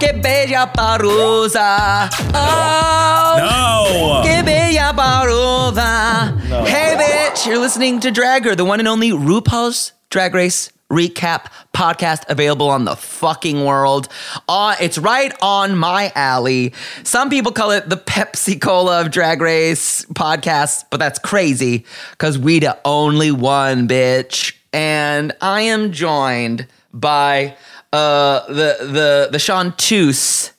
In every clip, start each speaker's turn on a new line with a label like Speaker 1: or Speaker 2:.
Speaker 1: que bella parusa. Oh,
Speaker 2: No.
Speaker 1: que bella parusa. Hey, bitch, you're listening to Dragger, the one and only RuPaul's Drag Race recap podcast available on the fucking world. Uh, it's right on my alley. Some people call it the Pepsi Cola of Drag Race podcasts, but that's crazy because we the only one, bitch. And I am joined by uh, the the the Chanteuse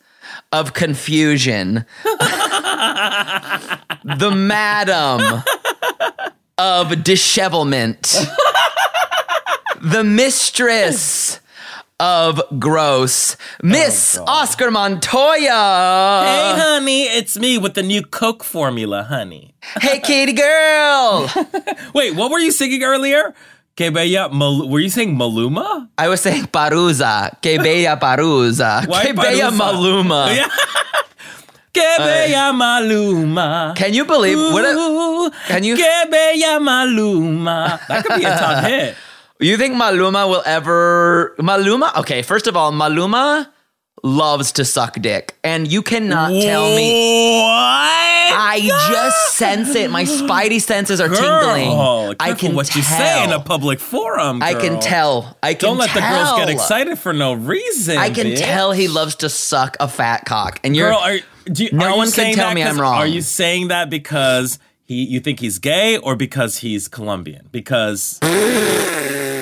Speaker 1: of confusion, the madam of dishevelment the mistress of gross, Miss
Speaker 2: Oh,
Speaker 1: Oscar Montoya.
Speaker 2: Hey,
Speaker 3: Uh,
Speaker 2: honey, it's me with the new Coke formula, honey.
Speaker 1: Hey, Katie girl.
Speaker 2: Wait, what were you singing earlier? Que bella, Mal- were you saying Maluma?
Speaker 1: I was saying parusa, que bella parusa,
Speaker 2: Why
Speaker 1: que bella
Speaker 2: parusa?
Speaker 1: maluma.
Speaker 2: Yeah. Que bella Maluma.
Speaker 1: Can you believe Uh, what? A,
Speaker 2: Ooh,
Speaker 1: can you-
Speaker 2: Que bella Maluma. That could be a top hit.
Speaker 1: you think Maluma will ever? Maluma? Okay, first of all, Maluma loves to suck dick, and you cannot tell me.
Speaker 2: What?
Speaker 1: I just sense it. My spidey senses are tingling.
Speaker 2: Girl,
Speaker 1: I
Speaker 2: careful
Speaker 1: can
Speaker 2: what
Speaker 1: tell.
Speaker 2: you say in a public forum.
Speaker 1: I can
Speaker 2: girl.
Speaker 1: tell. I can
Speaker 2: Don't let the girls get
Speaker 1: tell.
Speaker 2: excited for no reason.
Speaker 1: I can
Speaker 2: bitch.
Speaker 1: tell he loves to suck a fat cock. And you're
Speaker 2: Girl, are, do you,
Speaker 1: No
Speaker 2: are you
Speaker 1: one can
Speaker 2: saying
Speaker 1: tell
Speaker 2: that
Speaker 1: me I'm
Speaker 2: 'cause-
Speaker 1: wrong.
Speaker 2: Are you saying that because he you think he's gay or because he's Colombian? Because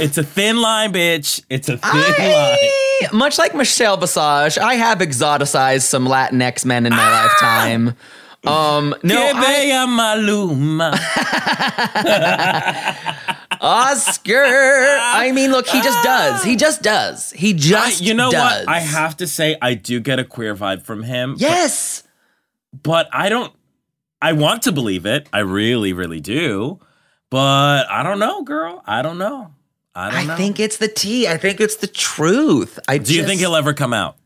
Speaker 2: it's a thin line, bitch. It's a thin line.
Speaker 1: I- much like Michelle Visage, I have exoticized some Latinx men in my
Speaker 2: Ah!
Speaker 1: lifetime. Um, no,
Speaker 2: Que
Speaker 1: I,
Speaker 2: bella Maluma.
Speaker 1: Oscar. I mean, look, he just does. He just does. He just
Speaker 2: you know
Speaker 1: does.
Speaker 2: what? I have to say, I do get a queer vibe from him.
Speaker 1: Yes.
Speaker 2: but I don't. I want to believe it. I really, really do. But I don't know, girl. I don't know. I don't
Speaker 1: I,
Speaker 2: know.
Speaker 1: think it's the tea. I think it's the truth. I
Speaker 2: Do you think he'll ever come out?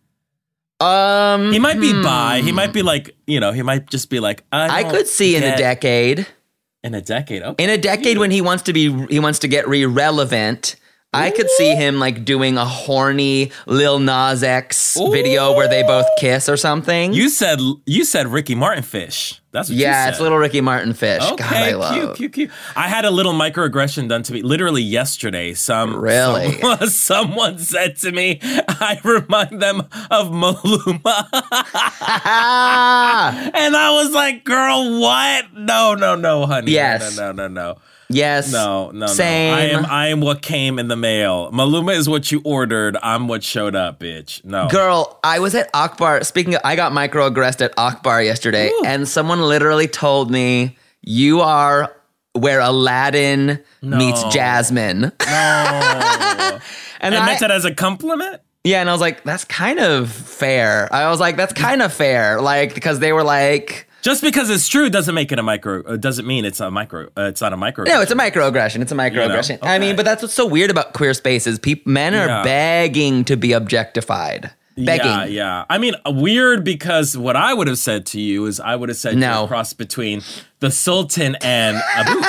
Speaker 1: Um,
Speaker 2: He might be bi. He might be like, you know, he might just be like, I,
Speaker 1: I
Speaker 2: don't
Speaker 1: could see in a
Speaker 2: get-
Speaker 1: decade.
Speaker 2: In a decade. Okay.
Speaker 1: in a decade when he wants to be he wants to get re-relevant i could see him like doing a horny lil nas x video where they both kiss or something
Speaker 2: you said you said Ricky Martin fish. That's what you
Speaker 1: yeah
Speaker 2: said.
Speaker 1: it's little ricky martin fish
Speaker 2: Okay,
Speaker 1: god i love
Speaker 2: cute, cute, cute. I had a little microaggression done to me literally yesterday. Some
Speaker 1: Really?
Speaker 2: someone, someone said to me, "I remind them of Maluma,"
Speaker 1: ah
Speaker 2: and I was like, "Girl, what? No, no, no, honey. No,
Speaker 1: Yes.
Speaker 2: no, no, no, no,
Speaker 1: yes
Speaker 2: no, no. no.
Speaker 1: same
Speaker 2: I am. I am what came in the mail. Maluma is what you ordered. I'm what showed up, bitch. No,
Speaker 1: Girl, I was at Akbar. Speaking of, I got microaggressed at Akbar yesterday, and someone literally told me, You are where Aladdin meets
Speaker 2: No.
Speaker 1: Jasmine.
Speaker 2: No.
Speaker 1: and
Speaker 2: I
Speaker 1: I,
Speaker 2: meant that as a compliment.
Speaker 1: Yeah, and I was like, that's kind of fair. I was like, that's kind of fair, like because they were like,
Speaker 2: Just because it's true doesn't make it a micro. Uh, doesn't mean it's a micro. Uh, it's not a micro.
Speaker 1: no, it's a microaggression. It's a microaggression. I mean,
Speaker 2: okay.
Speaker 1: but that's what's so weird about queer spaces. Peop men are
Speaker 2: Yeah.
Speaker 1: begging to be objectified, begging.
Speaker 2: Yeah, yeah. I mean, uh, weird because what I would have said to you is I would have said
Speaker 1: No.
Speaker 2: you're a cross between the Sultan and Abu.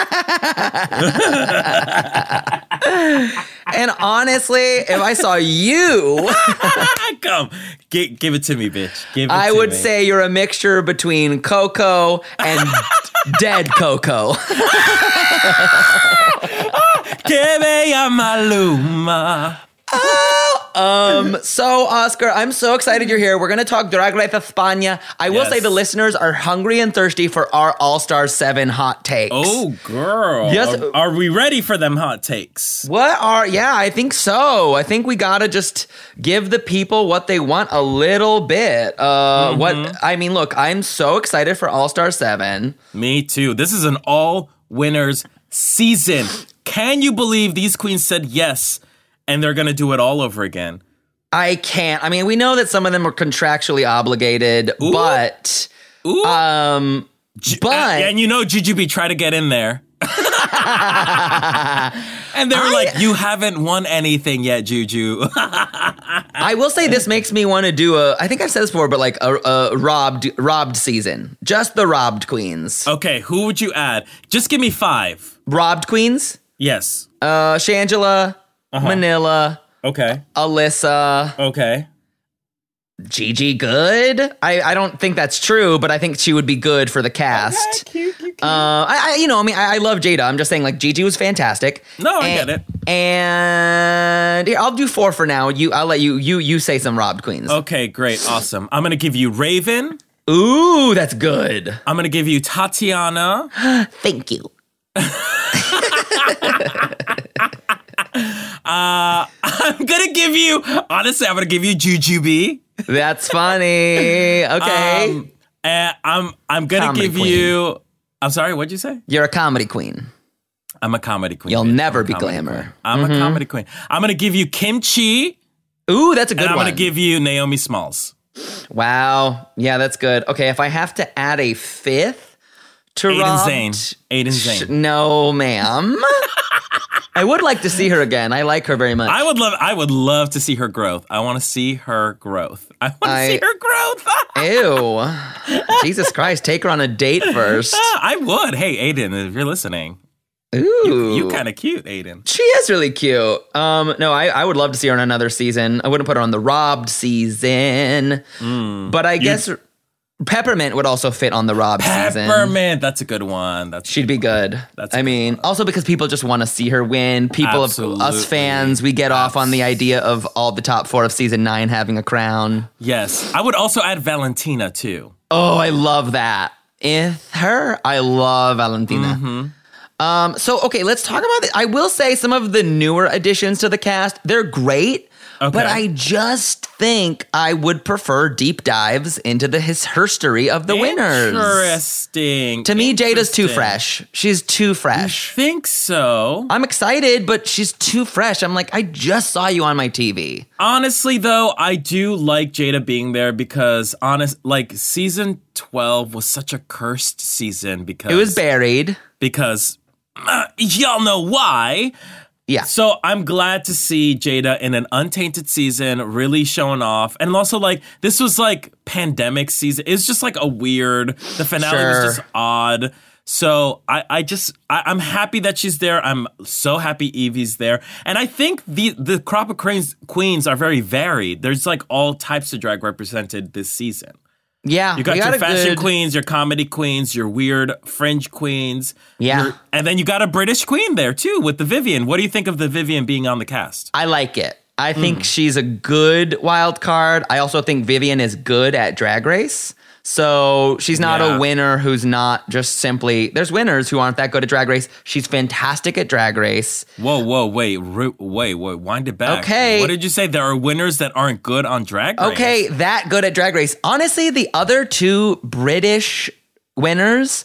Speaker 1: And honestly, if I saw you,
Speaker 2: Come, gi- give it to me, bitch. Give it
Speaker 1: I
Speaker 2: to
Speaker 1: would
Speaker 2: me.
Speaker 1: say you're a mixture between Coco and dead Coco.
Speaker 2: give me a Maluma.
Speaker 1: oh, So, Oscar, I'm so excited you're here. We're going to talk Drag Race España. I will
Speaker 2: Yes.
Speaker 1: say the listeners are hungry and thirsty for our All Star 7 hot takes.
Speaker 2: Oh, girl.
Speaker 1: Yes.
Speaker 2: Are, are we ready for them hot takes?
Speaker 1: What are, yeah, I think so. I think we got to just give the people what they want a little bit. Uh,
Speaker 2: Mm-hmm.
Speaker 1: What, I mean, look, I'm so excited for All Star 7.
Speaker 2: Me too. This is an all winners season. Can you believe these queens said yes and they're going to do it all over again?
Speaker 1: I can't. I mean, we know that some of them are contractually obligated, but
Speaker 2: Ooh.
Speaker 1: um,
Speaker 2: Ju-
Speaker 1: but-
Speaker 2: and, uh, and you know Jujubee tried to get in there. and they were like, "You haven't won anything yet, Juju."
Speaker 1: I will say this makes me want to do a. I think I've said this before, but like a, a robbed robbed season, just the robbed queens,
Speaker 2: okay, who would you add? Just give me five.
Speaker 1: robbed queens.
Speaker 2: Yes.
Speaker 1: Uh, Shangela,
Speaker 2: Uh-huh.
Speaker 1: Manila,
Speaker 2: Okay.
Speaker 1: Alyssa,
Speaker 2: Okay.
Speaker 1: Gigi. Good. I I don't think that's true, but I think she would be good for the cast. Uh, I, I you know I mean I, I love Jada. I'm just saying like Gigi was fantastic.
Speaker 2: No, I
Speaker 1: and,
Speaker 2: get it.
Speaker 1: And here, I'll do four for now. You I'll let you you you say some robbed queens.
Speaker 2: Okay, great. Awesome. I'm going to give you Raven.
Speaker 1: Ooh, that's good.
Speaker 2: I'm going to give you Tatiana.
Speaker 1: Thank you.
Speaker 2: I'm going to give you Honestly, I'm going to give you Jujubee.
Speaker 1: That's funny. Okay.
Speaker 2: Um, and I'm I'm going to
Speaker 1: Comedy
Speaker 2: give
Speaker 1: queen.
Speaker 2: you I'm sorry, what'd you say?
Speaker 1: You're a comedy queen.
Speaker 2: I'm a comedy queen.
Speaker 1: You'll
Speaker 2: bitch.
Speaker 1: never
Speaker 2: I'm a
Speaker 1: be Mm-hmm.
Speaker 2: comedy
Speaker 1: glamour.
Speaker 2: queen. I'm a comedy queen. I'm going to give you Kimchi.
Speaker 1: Ooh, that's a good
Speaker 2: and I'm
Speaker 1: one.
Speaker 2: gonna give you Naomi Smalls.
Speaker 1: wow. Yeah, that's good. Okay, if I have to add a fifth to
Speaker 2: Aiden
Speaker 1: Robbed-
Speaker 2: Zane. Aiden
Speaker 1: Sh-
Speaker 2: Zane.
Speaker 1: No, ma'am. I would like to see her again. I like her very much.
Speaker 2: I would love I would love to see her growth. I wanna see her growth. I wanna
Speaker 1: I-
Speaker 2: see her growth.
Speaker 1: Ew. Jesus Christ, take her on a date first.
Speaker 2: I would. Hey Aiden, if you're listening.
Speaker 1: Ooh.
Speaker 2: You kinda cute, Aiden.
Speaker 1: she is really cute. Um, no, I, I would love to see her in another season. I wouldn't put her on the robbed season,
Speaker 2: Hmm.
Speaker 1: but I guess peppermint would also fit on the robbed season.
Speaker 2: Peppermint, that's a good one. That's
Speaker 1: She'd be good.
Speaker 2: That's
Speaker 1: I
Speaker 2: a good
Speaker 1: mean, also because people just want to see her win. People
Speaker 2: Absolutely.
Speaker 1: of us fans, we get off on the idea of all the top four of season nine having a crown.
Speaker 2: yes. I would also add Valentina too.
Speaker 1: Oh, I love that. If her, I love Valentina.
Speaker 2: Mm-hmm.
Speaker 1: Um, so okay, let's talk about the I will say some of the newer additions to the cast, they're great. But
Speaker 2: Okay.
Speaker 1: I just think I would prefer deep dives into the his history of the winners.
Speaker 2: Interesting.
Speaker 1: To me, Jada's too
Speaker 2: Interesting. Mm.
Speaker 1: fresh. She's too fresh.
Speaker 2: Think so.
Speaker 1: I'm excited, but she's too fresh. I'm like, I just saw you on my TV.
Speaker 2: Honestly, though, I do like Jada being there because honest, like season twelve was such a cursed season because
Speaker 1: It was buried.
Speaker 2: because uh, y'all know why.
Speaker 1: Yeah.
Speaker 2: So I'm glad to see Jada in an untainted season, really showing off, and also like this was like pandemic season. It's just like a weird. The finale
Speaker 1: Sure.
Speaker 2: was just odd. So I, I just I, I'm happy that she's there. I'm so happy Evie's there, and I think the the crop of queens queens are very varied. There's like all types of drag represented this season.
Speaker 1: Yeah.
Speaker 2: You got,
Speaker 1: we
Speaker 2: your
Speaker 1: a
Speaker 2: fashion
Speaker 1: good-
Speaker 2: queens, your comedy queens, your weird fringe queens.
Speaker 1: Yeah.
Speaker 2: your- and then you got a British queen there too with the Vivian. What do you think of the Vivian being on the cast?
Speaker 1: I like it. I think she's a good wild card. I also think Vivian is good at drag race. So she's not
Speaker 2: Yeah.
Speaker 1: a winner who's not just simply there's winners who aren't that good at drag race. She's fantastic at drag race.
Speaker 2: Whoa, whoa, wait, ru- wait, wait, wind it back.
Speaker 1: Okay.
Speaker 2: What did you say? There are winners that aren't good on drag race.
Speaker 1: Okay, that good at drag race. Honestly, the other two British winners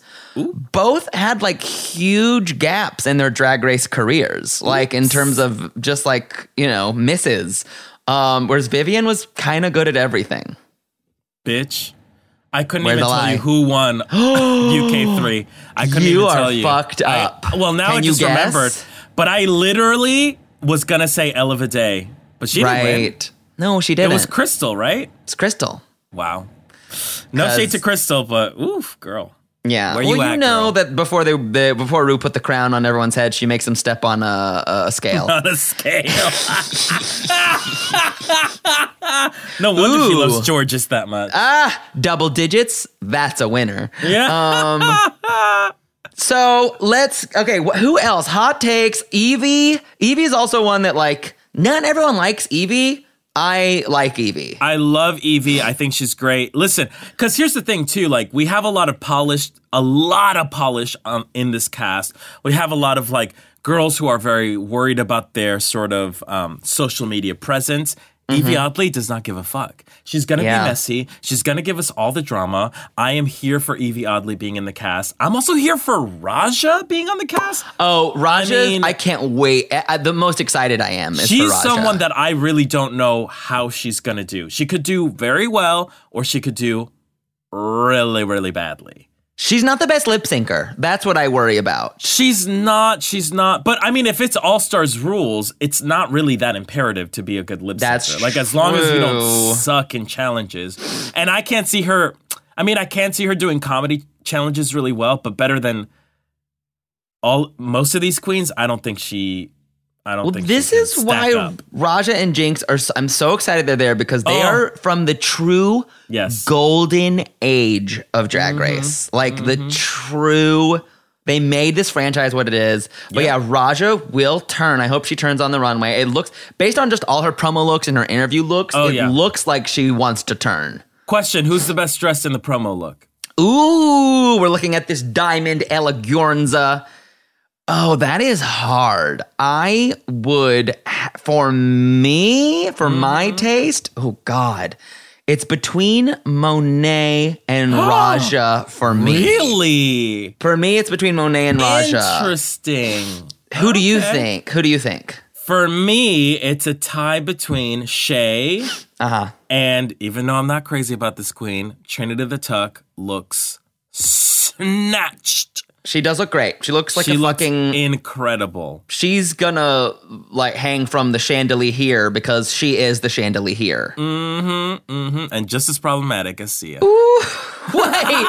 Speaker 1: both had like huge gaps in their drag race careers, like in terms of just like, you know, misses. Um, whereas Vivian was kind of good at everything.
Speaker 2: Bitch. I couldn't
Speaker 1: Where's
Speaker 2: even
Speaker 1: the
Speaker 2: tell
Speaker 1: lie?
Speaker 2: you who won UK3. I couldn't
Speaker 1: You
Speaker 2: even
Speaker 1: are
Speaker 2: tell you.
Speaker 1: fucked
Speaker 2: I-
Speaker 1: up.
Speaker 2: well, now
Speaker 1: Can
Speaker 2: I
Speaker 1: you
Speaker 2: just
Speaker 1: guess?
Speaker 2: remembered. But I literally was going to say Ella Day, but she didn't win.
Speaker 1: right. No, she
Speaker 2: It
Speaker 1: didn't.
Speaker 2: was Crystal, right?
Speaker 1: it's Crystal.
Speaker 2: Wow. No shade to
Speaker 1: Because-
Speaker 2: Crystal, but oof, girl.
Speaker 1: Yeah.
Speaker 2: Where
Speaker 1: well,
Speaker 2: you
Speaker 1: you
Speaker 2: at,
Speaker 1: know
Speaker 2: girl?
Speaker 1: that before they, they before Rue put the crown on everyone's head, she makes them step on a, a scale.
Speaker 2: On a scale. no wonder she
Speaker 1: Ooh.
Speaker 2: loves Georges that much.
Speaker 1: Double digits, that's a winner.
Speaker 2: yeah.
Speaker 1: So let's okay. Wh- who else? Hot takes. Evie. Evie's also one that like not everyone likes Evie, I like Evie.
Speaker 2: I love Evie. I think she's great. Listen, because here's the thing too. Like we have a lot of polished, a lot of polish um, in this cast. We have a lot of like girls who are very worried about their sort of um, social media presence. Evie Oddly does not give a fuck. She's gonna
Speaker 1: Yeah.
Speaker 2: be messy. She's gonna give us all the drama. I am here for Evie Oddly being in the cast. I'm also here for Raja being on the cast.
Speaker 1: Oh, Raja, I,
Speaker 2: mean-
Speaker 1: can't wait. I, I- the most excited I am is for
Speaker 2: She's
Speaker 1: Raja.
Speaker 2: someone that I really don't know how she's going to do. She could do very well or she could do really, really badly.
Speaker 1: She's not the best lip syncer. That's what I worry about.
Speaker 2: She's not, she's not. But I mean, if it's All Stars rules, it's not really that imperative to be a good lip
Speaker 1: That's
Speaker 2: syncer. Like, as long as you
Speaker 1: true.
Speaker 2: don't suck in challenges. And I can't see her, I mean, I can see her doing comedy challenges really well, but better than all most of these queens, I don't think she. I don't
Speaker 1: Well,
Speaker 2: think she
Speaker 1: this
Speaker 2: can
Speaker 1: is
Speaker 2: stack
Speaker 1: why
Speaker 2: up.
Speaker 1: Raja and Jinx are. So, I'm so excited they're there because they
Speaker 2: Oh.
Speaker 1: are from the true
Speaker 2: Yes.
Speaker 1: golden age of Drag Race. Like
Speaker 2: Mm-hmm.
Speaker 1: the true. They made this franchise what it is. But yeah, Raja will turn. I hope she turns on the runway. It looks, based on just all her promo looks and her interview looks,
Speaker 2: Oh,
Speaker 1: it
Speaker 2: yeah.
Speaker 1: looks like she wants to turn.
Speaker 2: Question: Who's the best dressed in the promo look?
Speaker 1: Ooh, we're looking at this diamond Elegiornza. Oh, that is hard. I would, ha- for me, for my
Speaker 2: Mm-hmm.
Speaker 1: taste, oh God, it's between Monet and Raja for me.
Speaker 2: Really
Speaker 1: For me, it's between Monet and Raja.
Speaker 2: interesting.
Speaker 1: Who do you think? Who do you think?
Speaker 2: For me, it's a tie between Shay
Speaker 1: Uh huh.
Speaker 2: and, even though I'm not crazy about this queen, Trinity the Tuck looks snatched.
Speaker 1: She does look great. She looks like
Speaker 2: she
Speaker 1: a
Speaker 2: looks
Speaker 1: fucking.
Speaker 2: incredible.
Speaker 1: she's gonna like hang from the chandelier here because she is the chandelier here.
Speaker 2: hmm And just as problematic as Sia.
Speaker 1: Wait,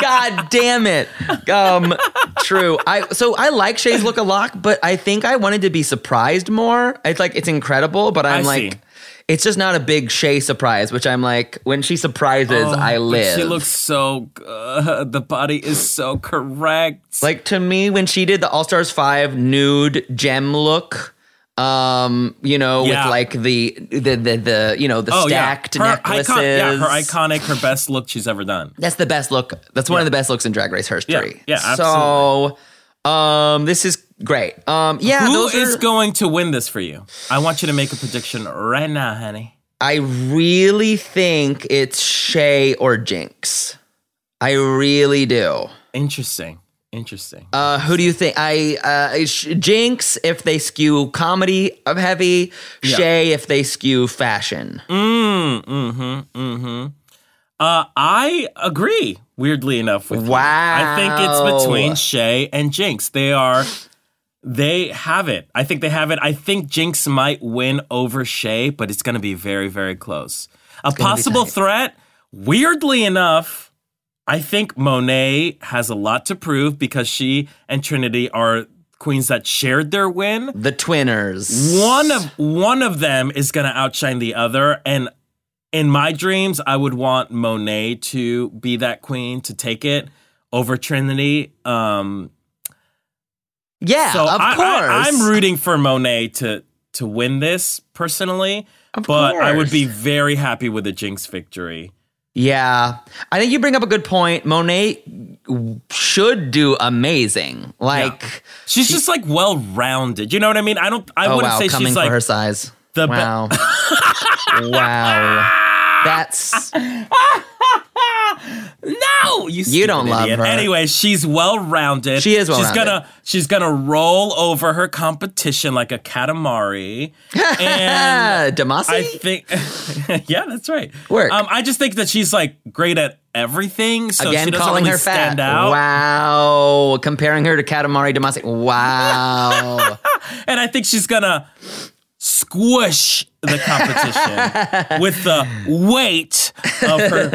Speaker 1: God damn it. Um, true. I so I like Shay's look a lot, but I think I wanted to be surprised more. It's like it's incredible, but I'm
Speaker 2: I
Speaker 1: like,
Speaker 2: see.
Speaker 1: it's just not a big Shay surprise. Which I'm like, when she surprises, I
Speaker 2: Oh, But
Speaker 1: live.
Speaker 2: She looks so good. The body is so correct.
Speaker 1: like to me when she did the All Stars Five nude gem look. Um, you know,
Speaker 2: Yeah. Oh,
Speaker 1: with like the the the, the you know the stacked
Speaker 2: yeah. Her
Speaker 1: necklaces.
Speaker 2: Icon, yeah, her iconic, her best look she's ever done.
Speaker 1: That's the best look. That's one of the best looks in Drag Race history.
Speaker 2: Yeah, yeah,
Speaker 1: So, um, this is great. Um, yeah,
Speaker 2: Who
Speaker 1: those
Speaker 2: is
Speaker 1: are,
Speaker 2: going to win this for you? I want you to make a prediction right now, honey.
Speaker 1: I really think it's Shay or Jinx. I really do.
Speaker 2: Interesting. Interesting.
Speaker 1: Uh, who do you think? I uh, Sh- Jinx if they skew comedy of heavy. Shay if they skew fashion.
Speaker 2: mm, mm-hmm. Mm-hmm. Uh, I agree, weirdly enough, with you. I think
Speaker 1: Wow.
Speaker 2: it's between Shay and Jinx. They are they have it. I think they have it. I think Jinx might win over Shay, but it's gonna be very, very close. A
Speaker 1: gonna be
Speaker 2: possible
Speaker 1: tight.
Speaker 2: threat, weirdly enough, I think Monet has a lot to prove because she and Trinity are queens that shared their win
Speaker 1: The Twinners.
Speaker 2: one of one of them is going to outshine the other and in my dreams i would want monet to be that queen to take it over trinity um
Speaker 1: yeah,
Speaker 2: so
Speaker 1: of
Speaker 2: I,
Speaker 1: course.
Speaker 2: am rooting for monet to to win this personally
Speaker 1: Of
Speaker 2: but i would
Speaker 1: course.
Speaker 2: be very happy with a jinx victory
Speaker 1: Yeah, I think you bring up a good point. Monet should do amazing. Like,
Speaker 2: she's just like well rounded you know what i mean i don't i
Speaker 1: oh
Speaker 2: wouldn't
Speaker 1: wow,
Speaker 2: say
Speaker 1: coming
Speaker 2: she's
Speaker 1: for
Speaker 2: like
Speaker 1: her size.
Speaker 2: the be-
Speaker 1: wow, wow, that's
Speaker 2: No, you. stupid
Speaker 1: don't love
Speaker 2: idiot.
Speaker 1: her.
Speaker 2: Anyway, she's well rounded.
Speaker 1: She
Speaker 2: She's
Speaker 1: is well-rounded.
Speaker 2: gonna she's gonna roll over her competition like a katamari. And
Speaker 1: uh, Demasi.
Speaker 2: I think, yeah, that's right.
Speaker 1: Work.
Speaker 2: Um, I just think that she's like great at everything. So
Speaker 1: Again,
Speaker 2: she doesn't
Speaker 1: calling
Speaker 2: really
Speaker 1: her fat.
Speaker 2: stand out.
Speaker 1: Wow, comparing her to Katamari Damacy. Wow,
Speaker 2: And I think she's gonna squish the competition with the weight of her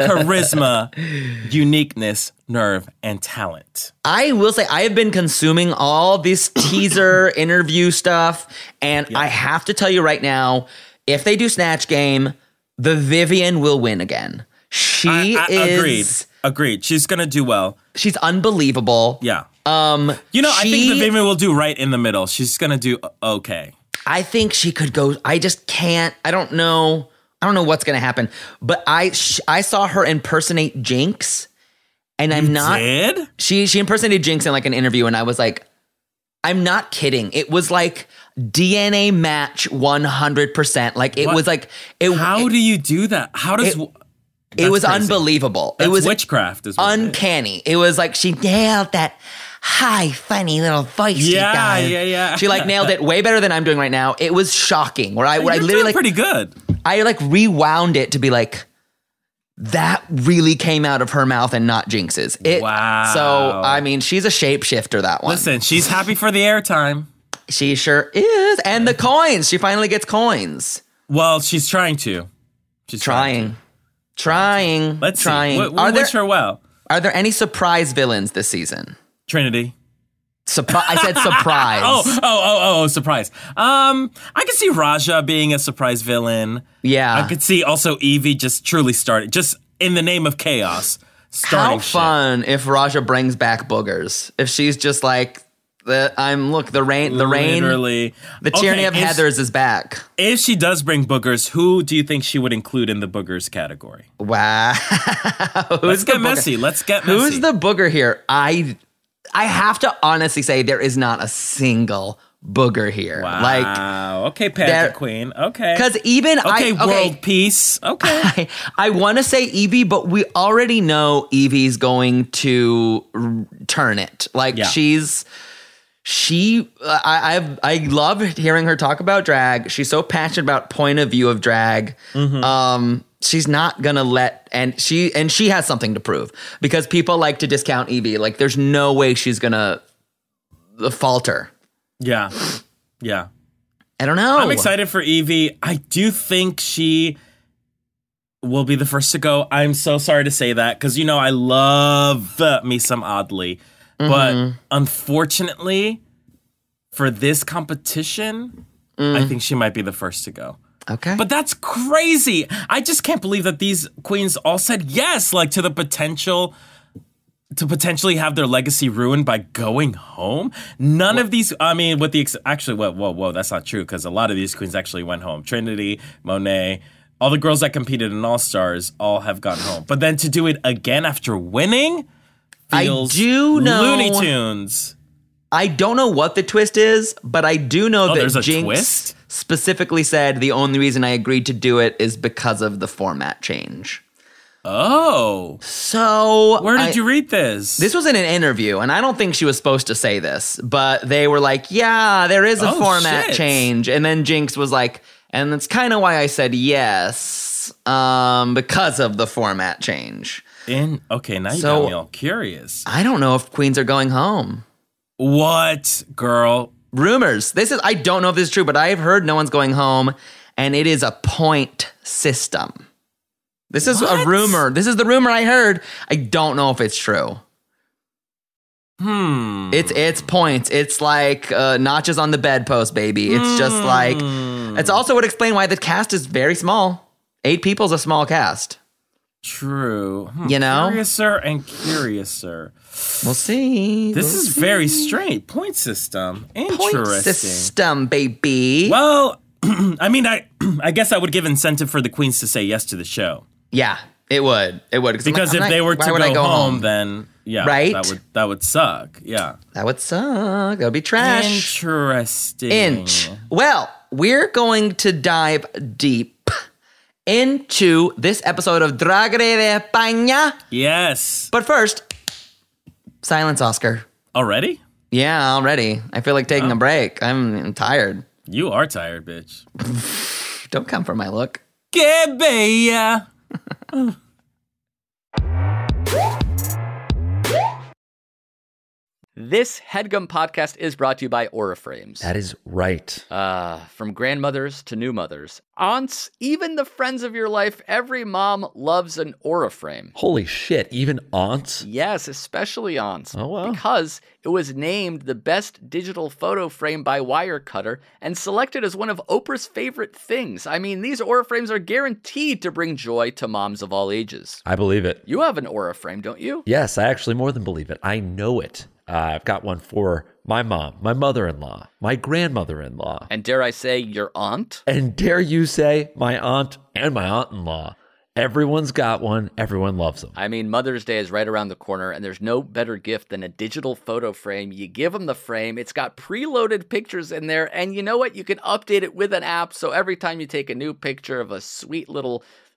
Speaker 2: charisma, uniqueness, nerve, and talent.
Speaker 1: I will say I have been consuming all this teaser interview stuff, and I have to tell you right now, if they do Snatch Game, the Vivian will win again. She
Speaker 2: I-
Speaker 1: is
Speaker 2: agreed. Agreed. She's gonna do well.
Speaker 1: she's unbelievable.
Speaker 2: Yeah.
Speaker 1: Um,
Speaker 2: You know, I
Speaker 1: she-
Speaker 2: think the baby will do right in the middle. She's gonna do o- okay.
Speaker 1: I think she could go. I just can't. I don't know. I don't know what's gonna happen. But I sh- I saw her impersonate Jinx, and I'm not.
Speaker 2: Did?
Speaker 1: She she impersonated Jinx in like an interview, and I was like, I'm not kidding. It was like DNA match 100. percent Like it
Speaker 2: What?
Speaker 1: was like it.
Speaker 2: How
Speaker 1: it,
Speaker 2: do you do that? How does
Speaker 1: It-
Speaker 2: That's
Speaker 1: was
Speaker 2: crazy.
Speaker 1: unbelievable.
Speaker 2: That's
Speaker 1: it was
Speaker 2: witchcraft? Is what it is.
Speaker 1: uncanny. It was like she nailed that high, funny little voice. she
Speaker 2: Yeah,
Speaker 1: got.
Speaker 2: yeah, yeah.
Speaker 1: She like nailed it way better than I'm doing right now. It was shocking. Where I, where I
Speaker 2: You're
Speaker 1: literally
Speaker 2: doing
Speaker 1: like,
Speaker 2: pretty good.
Speaker 1: I like rewound it to be like, that really came out of her mouth and not Jinx's. It,
Speaker 2: Wow.
Speaker 1: So I mean, she's a shapeshifter. That one.
Speaker 2: Listen, she's happy for the airtime.
Speaker 1: She sure is. And the coins. She finally gets coins.
Speaker 2: Well, she's trying to. She's to.
Speaker 1: Trying. Trying.
Speaker 2: Let's
Speaker 1: trying.
Speaker 2: see. We'll, we'll
Speaker 1: are, there,
Speaker 2: wish her well.
Speaker 1: are there any surprise villains this season?
Speaker 2: Trinity.
Speaker 1: Surpri- I said surprise.
Speaker 2: Oh, oh, oh, oh, oh, surprise. Um, I could see Raja being a surprise villain.
Speaker 1: yeah.
Speaker 2: I could see also Evie just truly starting, just in the name of chaos, starting
Speaker 1: How
Speaker 2: shit.
Speaker 1: fun if Raja brings back boogers. If she's just like the I'm look the rain the rain
Speaker 2: Literally.
Speaker 1: the
Speaker 2: Okay,
Speaker 1: tyranny of
Speaker 2: if-
Speaker 1: Heather's is back.
Speaker 2: If she does bring boogers, who do you think she would include in the boogers category?
Speaker 1: Wow.
Speaker 2: Let's
Speaker 1: the
Speaker 2: get
Speaker 1: booger?
Speaker 2: messy. Let's get messy.
Speaker 1: Who's the booger here? I I have to honestly say there is not a single booger here.
Speaker 2: wow.
Speaker 1: Like
Speaker 2: okay, Panther
Speaker 1: there-
Speaker 2: Queen. Okay.
Speaker 1: because even
Speaker 2: okay,
Speaker 1: I
Speaker 2: world
Speaker 1: okay,
Speaker 2: peace. Okay.
Speaker 1: I, I want to say Evie, but we already know Evie's going to r- turn it. Like
Speaker 2: Yeah.
Speaker 1: she's she uh, I I've, I love hearing her talk about drag. She's so passionate about point of view of drag.
Speaker 2: Mm-hmm.
Speaker 1: Um she's not going to let and she and she has something to prove because people like to discount Evie. Like there's no way she's going to falter.
Speaker 2: yeah. Yeah.
Speaker 1: I don't know.
Speaker 2: I'm excited for Evie. I do think she will be the first to go. I'm so sorry to say that because you know I love uh, me some oddly,
Speaker 1: Mm-hmm.
Speaker 2: but unfortunately for this competition,
Speaker 1: Mm.
Speaker 2: I think she might be the first to go.
Speaker 1: Okay.
Speaker 2: But that's crazy. I just can't believe that these queens all said yes, like to the potential to potentially have their legacy ruined by going home. None of these, I mean, with the ex- actually, whoa, whoa, whoa, that's not true because a lot of these queens actually went home. Trinity, Monet, all the girls that competed in All Stars all have gone home. But then to do it again after winning
Speaker 1: I
Speaker 2: feels
Speaker 1: do know-
Speaker 2: Looney Tunes.
Speaker 1: I don't know what the twist is, but I do know that
Speaker 2: Oh, there's a
Speaker 1: Jinx
Speaker 2: twist?
Speaker 1: specifically said the only reason I agreed to do it is because of the format change.
Speaker 2: Oh,
Speaker 1: So
Speaker 2: where did
Speaker 1: I-
Speaker 2: you read this?
Speaker 1: This was in an interview, and I don't think she was supposed to say this, but they were like, "Yeah, there is a
Speaker 2: Oh,
Speaker 1: format
Speaker 2: shit.
Speaker 1: change," and then Jinx was like, "And that's kind of why I said yes, um, because of the format change."
Speaker 2: in okay, now you
Speaker 1: So-
Speaker 2: got me all curious.
Speaker 1: I don't know if queens are going home.
Speaker 2: What, girl?
Speaker 1: rumors. This is I don't know if this is true, but I've heard no one's going home, and it is a point system. This is
Speaker 2: What?
Speaker 1: a rumor. This is the rumor I heard. I don't know if it's true.
Speaker 2: Hmm.
Speaker 1: It's it's points. It's like uh, notches on the bedpost, baby. It's just like
Speaker 2: Hmm.
Speaker 1: it's also would explain why the cast is very small. Eight people's a small cast.
Speaker 2: True. Hmm,
Speaker 1: You know?
Speaker 2: Curiouser and curiouser.
Speaker 1: We'll see.
Speaker 2: This is very strange. Point system. Interesting.
Speaker 1: Mm-hmm. point system, baby.
Speaker 2: Well, I mean, I I guess I would give incentive for the queens to say yes to the show
Speaker 1: yeah, it would. It would I'm
Speaker 2: because
Speaker 1: like,
Speaker 2: if
Speaker 1: I'm
Speaker 2: they
Speaker 1: not-
Speaker 2: were
Speaker 1: why
Speaker 2: to
Speaker 1: would I
Speaker 2: go, home, then yeah,
Speaker 1: Right?
Speaker 2: That would that would suck. Yeah.
Speaker 1: that would suck. That would be trash.
Speaker 2: Interesting.
Speaker 1: inch.
Speaker 2: Uh-huh.
Speaker 1: Well, we're going to dive deep into this episode of Dragre de España.
Speaker 2: Yes.
Speaker 1: But first, silence, Oscar.
Speaker 2: Already?
Speaker 1: Yeah, already. I feel like taking a break. I'm, I'm tired.
Speaker 2: You are tired, bitch.
Speaker 1: Don't come for my look.
Speaker 2: Que bella.
Speaker 3: This headgum podcast is brought to you by Auriframes.
Speaker 4: That is right.
Speaker 3: Uh, from grandmothers to new mothers, aunts, even the friends of your life, every mom loves an Auriframe.
Speaker 4: Holy shit, even aunts?
Speaker 3: Yes, especially aunts.
Speaker 4: Oh, wow.
Speaker 3: Because it was named the best digital photo frame by Wirecutter and selected as one of Oprah's favorite things. I mean, these Aura frames are guaranteed to bring joy to moms of all ages.
Speaker 4: I believe it.
Speaker 3: You have an Aura frame, don't you?
Speaker 4: Yes, I actually more than believe it. I know it. Uh, I've got one for my mom, my mother in law, my grandmother in law,
Speaker 3: And dare I say, your aunt?
Speaker 4: and dare you say, my aunt and my aunt in law. Everyone's got one, everyone loves them.
Speaker 3: I mean, Mother's Day is right around the corner, and there's no better gift than a digital photo frame. You give them the frame, it's got preloaded pictures in there, and you know what? You can update it with an app. So every time you take a new picture of a sweet little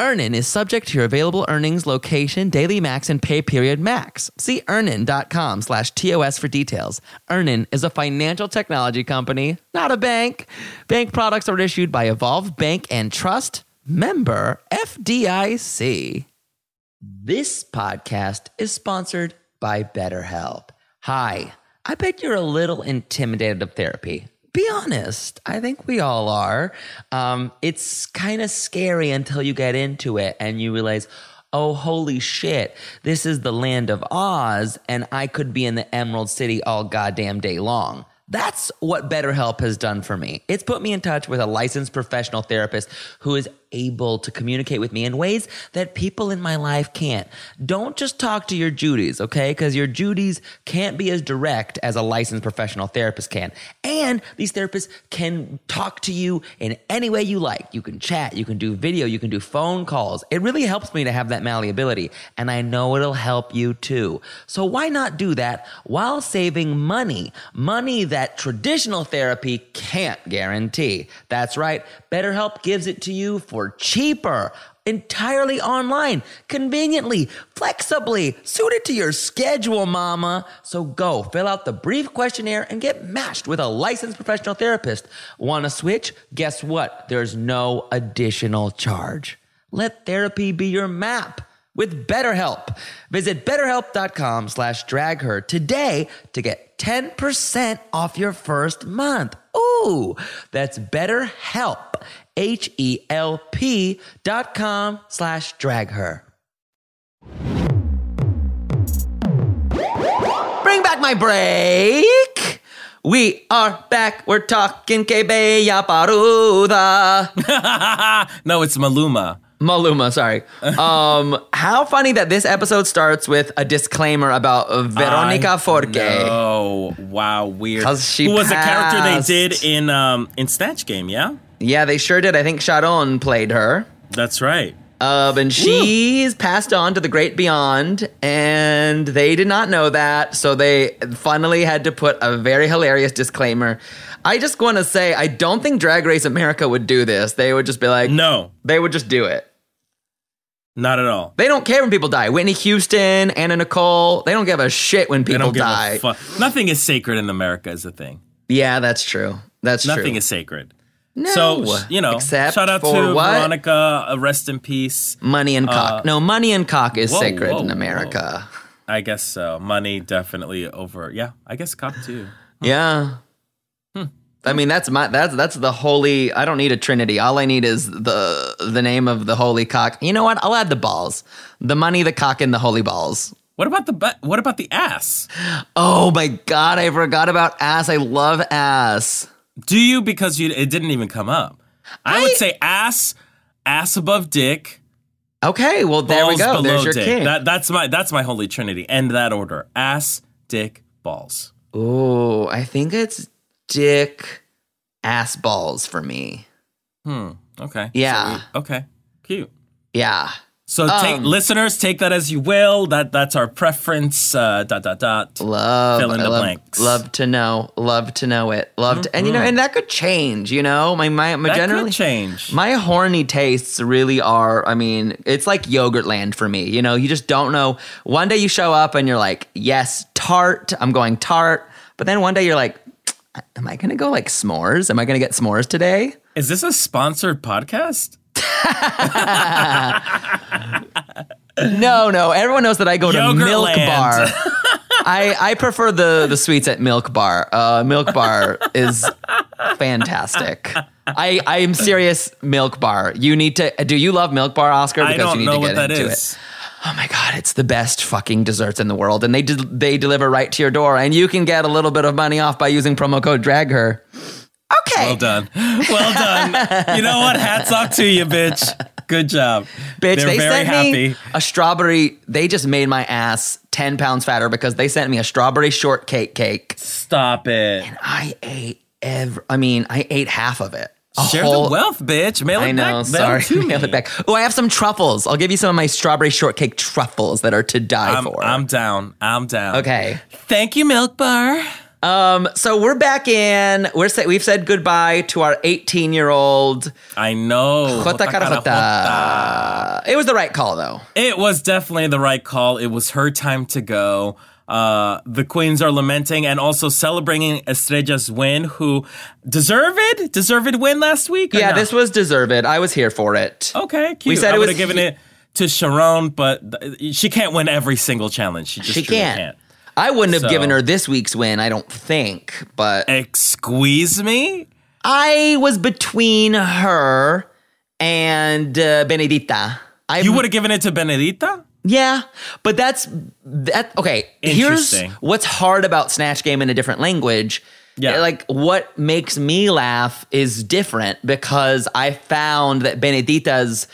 Speaker 1: Earnin is subject to your available earnings, location, daily max, and pay period max. See earnin.com slash TOS for details. Earnin is a financial technology company, not a bank. Bank products are issued by Evolve Bank and Trust, member FDIC. This podcast is sponsored by BetterHelp. Hi, I bet you're a little intimidated of therapy. Be honest, I think we all are. Um, it's kind of scary until you get into it and you realize, oh, holy shit, this is the land of Oz, and I could be in the Emerald City all goddamn day long. That's what BetterHelp has done for me. It's put me in touch with a licensed professional therapist who is able to communicate with me in ways that people in my life can't. Don't just talk to your Judies, okay? Because your Judies can't be as direct as a licensed professional therapist can. And these therapists can talk to you in any way you like. You can chat, you can do video, you can do phone calls. It really helps me to have that malleability, and I know it'll help you too. So why not do that while saving money? Money that traditional therapy can't guarantee. That's right. BetterHelp gives it to you for cheaper, entirely online, conveniently, flexibly, suited to your schedule, mama. So go fill out the brief questionnaire and get matched with a licensed professional therapist. Want to switch? Guess what? There's no additional charge. Let therapy be your map with BetterHelp. Visit betterhelp.com slash dragher today to get 10% off your first month. Ooh, that's betterhelp, H-E-L-P dot com slash dragher. Bring back my break. We are back. We're talking que bella paruda.
Speaker 2: no, it's Maluma.
Speaker 1: Maluma, sorry. Um, how funny that this episode starts with a disclaimer about Veronica Forque.
Speaker 2: Oh wow, weird.
Speaker 1: 'Cause she
Speaker 2: Who was a character they
Speaker 1: passed.
Speaker 2: did in um in Snatch Game? Yeah,
Speaker 1: Yeah, they sure did. I think Sharon played her.
Speaker 2: that's right.
Speaker 1: Um, and she's passed on to the great beyond, and they did not know that, so they finally had to put a very hilarious disclaimer. I just want to say, I don't think Drag Race America would do this. They would just be like,
Speaker 2: No,
Speaker 1: they would just do it.
Speaker 2: Not at all.
Speaker 1: They don't care when people die. Whitney Houston, Anna Nicole, they don't give a shit when
Speaker 2: They
Speaker 1: people
Speaker 2: don't give
Speaker 1: die.
Speaker 2: a fuck. Nothing is sacred in America is a thing.
Speaker 1: Yeah, that's true. That's
Speaker 2: Nothing
Speaker 1: true.
Speaker 2: is sacred.
Speaker 1: no,
Speaker 2: so sh- you know,
Speaker 1: except
Speaker 2: shout out
Speaker 1: for
Speaker 2: to
Speaker 1: what?
Speaker 2: Veronica. uh, Rest in peace.
Speaker 1: Money and cock. no, money and cock is
Speaker 2: whoa,
Speaker 1: sacred
Speaker 2: whoa,
Speaker 1: in
Speaker 2: whoa.
Speaker 1: America.
Speaker 2: I guess so. Money definitely over. Yeah, I guess cop too.
Speaker 1: Yeah.
Speaker 2: Hmm.
Speaker 1: I mean, that's my that's that's the holy. I don't need a trinity. All I need is the the name of the holy cock. You know what? I'll add the balls, the money, the cock, and the holy balls.
Speaker 2: What about the butt? What about the ass?
Speaker 1: Oh my god! I forgot about ass. I love ass.
Speaker 2: Do you because you it didn't even come up? I, would say ass, ass above dick,
Speaker 1: Okay, well there we
Speaker 2: balls
Speaker 1: go.
Speaker 2: below
Speaker 1: There's your
Speaker 2: dick.
Speaker 1: king.
Speaker 2: That, that's my that's my holy trinity. End that order: ass, dick, balls.
Speaker 1: Ooh, I think it's dick, ass balls for me.
Speaker 2: Hmm. Okay.
Speaker 1: Yeah. Um,
Speaker 2: Sweet. Okay. Cute.
Speaker 1: Yeah.
Speaker 2: So take listeners, take that as you will. That that's our preference. Uh, dot dot dot.
Speaker 1: Love,
Speaker 2: Fill in
Speaker 1: I
Speaker 2: the
Speaker 1: love,
Speaker 2: blanks. Mm-hmm.
Speaker 1: love to know, love to know it, love to, and you know, and that could change. You know, my my, my
Speaker 2: that
Speaker 1: generally
Speaker 2: could change.
Speaker 1: My horny tastes really are, I mean, it's like yogurt land for me. You know, you just don't know. One day you show up and you're like, yes, tart, I'm going tart. But then one day you're like, am I going to go like s'mores? Am I going to get s'mores today?
Speaker 2: Is this a sponsored podcast?
Speaker 1: No, Oh, no. Everyone knows that I go to
Speaker 2: Yogurt
Speaker 1: Milk
Speaker 2: land.
Speaker 1: Bar. I, I prefer the, the sweets at Milk Bar. Uh, Milk Bar is fantastic. I, I am serious, Milk Bar. You need to. Do you love Milk Bar, Oscar?
Speaker 2: I
Speaker 1: you
Speaker 2: don't
Speaker 1: need
Speaker 2: know
Speaker 1: to get
Speaker 2: what that
Speaker 1: into
Speaker 2: is.
Speaker 1: Oh my god, it's the best fucking desserts in the world, and they del- they deliver right to your door, and you can get a little bit of money off by using promo code Drag Her. Okay,
Speaker 2: Well done. Well done. you know what? Hats off to you, bitch. Good job.
Speaker 1: bitch,
Speaker 2: They're
Speaker 1: they
Speaker 2: very
Speaker 1: sent
Speaker 2: happy.
Speaker 1: me a strawberry. They just made my ass ten pounds fatter because they sent me a strawberry shortcake cake.
Speaker 2: Stop it.
Speaker 1: I ate ev I mean, I ate half of it. A
Speaker 2: Share
Speaker 1: whole-
Speaker 2: the wealth, bitch. Mail it
Speaker 1: I know.
Speaker 2: back. Mail
Speaker 1: Sorry,
Speaker 2: it to me.
Speaker 1: mail it back. Oh, I have some truffles. I'll give you some of my strawberry shortcake truffles that are to die
Speaker 2: I'm,
Speaker 1: for.
Speaker 2: I'm down. I'm down.
Speaker 1: okay.
Speaker 2: Thank you, Milk Bar.
Speaker 1: So we're back in. We're sa- we've said goodbye to our 18 year old.
Speaker 2: I know.
Speaker 1: Jota Carajota. It was the right call though.
Speaker 2: It was definitely the right call. It was her time to go. Uh, the queens are lamenting and also celebrating Estrella's win, who deserved deserved win last week. or
Speaker 1: Yeah,
Speaker 2: no? Oh,
Speaker 1: this was deserved. I was here for it.
Speaker 2: okay. Cute.
Speaker 1: We said
Speaker 2: I
Speaker 1: it
Speaker 2: would
Speaker 1: was
Speaker 2: have given it to Sharon, but th- she can't win every single challenge. She just
Speaker 1: she
Speaker 2: truly
Speaker 1: can't. I wouldn't have
Speaker 2: So-
Speaker 1: given her this week's win, I don't think, but
Speaker 2: Excuse me.
Speaker 1: I was between her and uh, Benedita. I
Speaker 2: You would have given it to Benedita.
Speaker 1: Yeah, but that's that. Okay, here's
Speaker 2: Interesting.
Speaker 1: what's hard about Snatch Game in a different language.
Speaker 2: Yeah.
Speaker 1: Like what makes me laugh is different because I found that Benedita's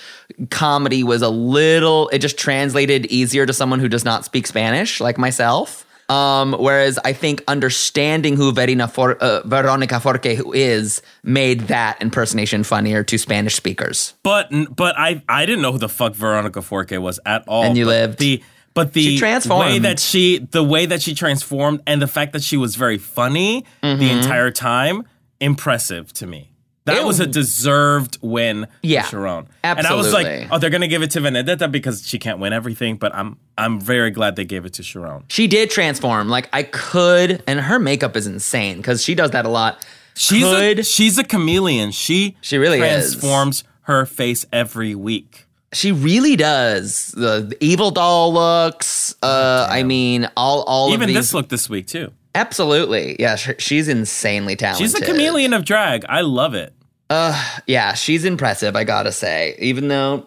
Speaker 1: comedy was a little, it just translated easier to someone who does not speak Spanish, like myself. Um, whereas I think understanding who Verina For- uh, Veronica Forque who is made that impersonation funnier to Spanish speakers.
Speaker 2: But but I I didn't know who the fuck Veronica Forte was at all.
Speaker 1: And you
Speaker 2: But
Speaker 1: lived.
Speaker 2: the but the
Speaker 1: She transformed.
Speaker 2: way that she the way that she transformed and the fact that she was very funny
Speaker 1: Mm-hmm.
Speaker 2: the entire time impressive to me. That
Speaker 1: It-
Speaker 2: was a deserved win
Speaker 1: Yeah,
Speaker 2: for Sharon. And I was
Speaker 1: absolutely.
Speaker 2: like, oh, they're gonna give it to Benedetta because she can't win everything, but I'm I'm very glad they gave it to Sharon.
Speaker 1: She did transform. Like I could, and her makeup is insane because she does that a lot.
Speaker 2: She's a
Speaker 1: Could-
Speaker 2: she's a chameleon. She
Speaker 1: She really is.
Speaker 2: transforms her face every week.
Speaker 1: She really does the, the evil doll looks. Uh, I mean, all all
Speaker 2: Even
Speaker 1: of these.
Speaker 2: this look this week too.
Speaker 1: absolutely, yeah. Sh- she's insanely talented.
Speaker 2: She's a chameleon of drag. I love it.
Speaker 1: Yeah, she's impressive. I gotta say, even though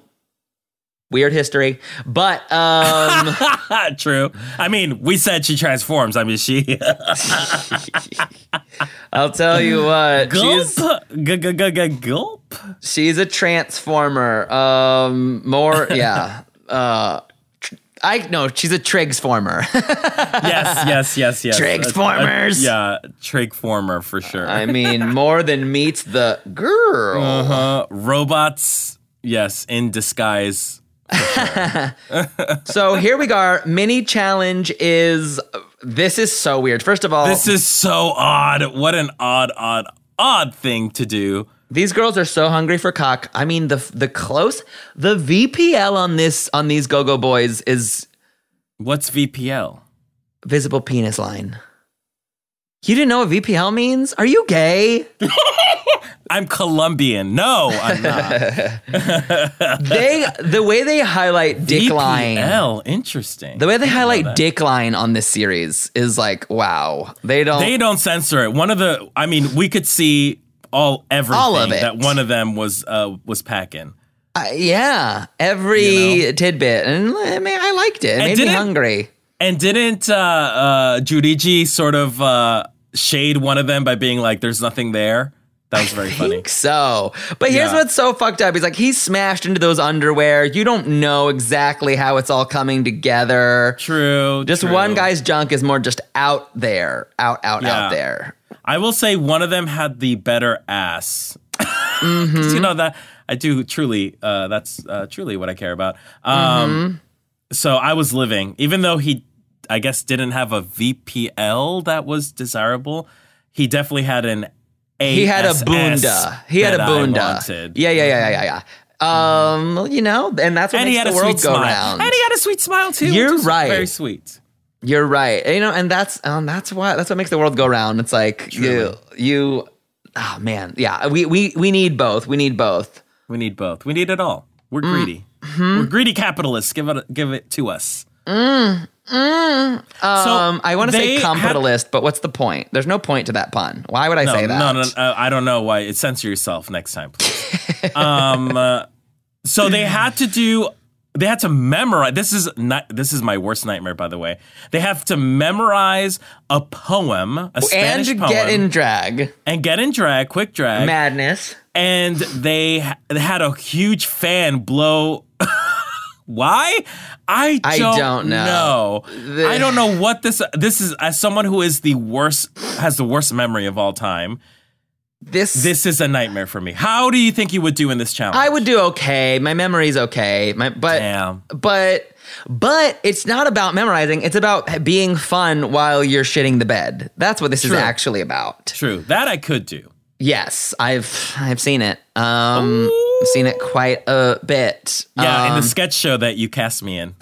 Speaker 1: weird history, but um,
Speaker 2: True. I mean, we said she transforms. I mean, she.
Speaker 1: I'll tell you what,
Speaker 2: gulp.
Speaker 1: she's
Speaker 2: G- g- g- g- Gulp.
Speaker 1: She's a transformer. Um, more, yeah. uh, tr- I know she's a transformer.
Speaker 2: Yes, yes, yes, yes.
Speaker 1: Transformers.
Speaker 2: Uh, uh, yeah, Trigformer for sure.
Speaker 1: I mean, more than meets the girl.
Speaker 2: uh, robots, yes, in disguise.
Speaker 1: So here we are. Mini challenge is this is so weird. First of all,
Speaker 2: This is so odd. What an odd, odd, odd thing to do.
Speaker 1: These girls are so hungry for cock. I mean, the the close, the VPL on this on these go go boys is
Speaker 2: What's VPL?
Speaker 1: visible penis line. You didn't know what VPL means? Are you gay?
Speaker 2: I'm Colombian. No, I'm not.
Speaker 1: they the way they highlight dick line,
Speaker 2: VPL. Interesting.
Speaker 1: the way they highlight dick line on this series is like wow. They don't.
Speaker 2: they don't censor it. One of the, I mean, we could see all everything
Speaker 1: All of it.
Speaker 2: that one of them was uh, was packing.
Speaker 1: uh, yeah, every tidbit, and I, mean, I liked it. It made me
Speaker 2: didn't-
Speaker 1: hungry.
Speaker 2: And didn't uh, uh, Juriji sort of uh, shade one of them by being like, "There's nothing there"? That was very funny.
Speaker 1: think so. But here's
Speaker 2: Yeah.
Speaker 1: what's so fucked up. He's like, he smashed into those underwear. You don't know exactly how it's all coming together.
Speaker 2: True.
Speaker 1: Just
Speaker 2: true.
Speaker 1: one guy's junk is more just out there, out, out, out
Speaker 2: Yeah.
Speaker 1: there.
Speaker 2: I will say one of them had the better ass. 'Cause
Speaker 1: Mm-hmm.
Speaker 2: you know that I do truly. Uh, that's uh, truly what I care about. Um,
Speaker 1: Mm-hmm.
Speaker 2: So I was living, even though he, I guess, didn't have a VPL that was desirable. He definitely had an. ASS
Speaker 1: He had a bunda. He had a
Speaker 2: that I
Speaker 1: bunda.
Speaker 2: wanted. Mm-hmm.
Speaker 1: Yeah, yeah, yeah, yeah, yeah, yeah. Um, you know, and that's what
Speaker 2: and
Speaker 1: makes
Speaker 2: he had
Speaker 1: the
Speaker 2: a
Speaker 1: world
Speaker 2: sweet
Speaker 1: go
Speaker 2: smile.
Speaker 1: round.
Speaker 2: And he had a sweet smile too.
Speaker 1: You're
Speaker 2: which is
Speaker 1: right.
Speaker 2: Very sweet.
Speaker 1: You're right. You know, and that's um, that's why that's what makes the world go round. It's like you, you. Oh man, yeah. We we we need both. We need both.
Speaker 2: We need both. We need it all. We're
Speaker 1: Mm.
Speaker 2: greedy.
Speaker 1: Mm-hmm.
Speaker 2: We're greedy capitalists. Give it give it to us. so
Speaker 1: Mm. Um, I want to
Speaker 2: they
Speaker 1: say
Speaker 2: had-
Speaker 1: capitalist, but what's the point? There's no point to that pun. Why would I
Speaker 2: No,
Speaker 1: say that?
Speaker 2: no, no, no, I don't know why. Censor yourself next time, please. um, uh, so they had to do. They had to memorize. This is not. This is my worst nightmare, by the way. They have to memorize a poem, a
Speaker 1: And
Speaker 2: Spanish poem,
Speaker 1: get in drag.
Speaker 2: and get in drag, quick drag,
Speaker 1: Madness.
Speaker 2: and they ha- had a huge fan blow. Why? I don't,
Speaker 1: I don't know. The-
Speaker 2: I don't know what this. This is as someone who is the worst, has the worst memory of all time.
Speaker 1: This
Speaker 2: This is a nightmare for me. How do you think you would do in this challenge?
Speaker 1: I would do okay. My memory's okay. My but
Speaker 2: Damn.
Speaker 1: but but it's not about memorizing. It's about being fun while you're shitting the bed. That's what this is actually about.
Speaker 2: True. That I could do.
Speaker 1: Yes, I've I've seen it. Um, I've seen it quite a bit. Uh,
Speaker 2: Yeah,
Speaker 1: Um,
Speaker 2: in the sketch show that you cast me in.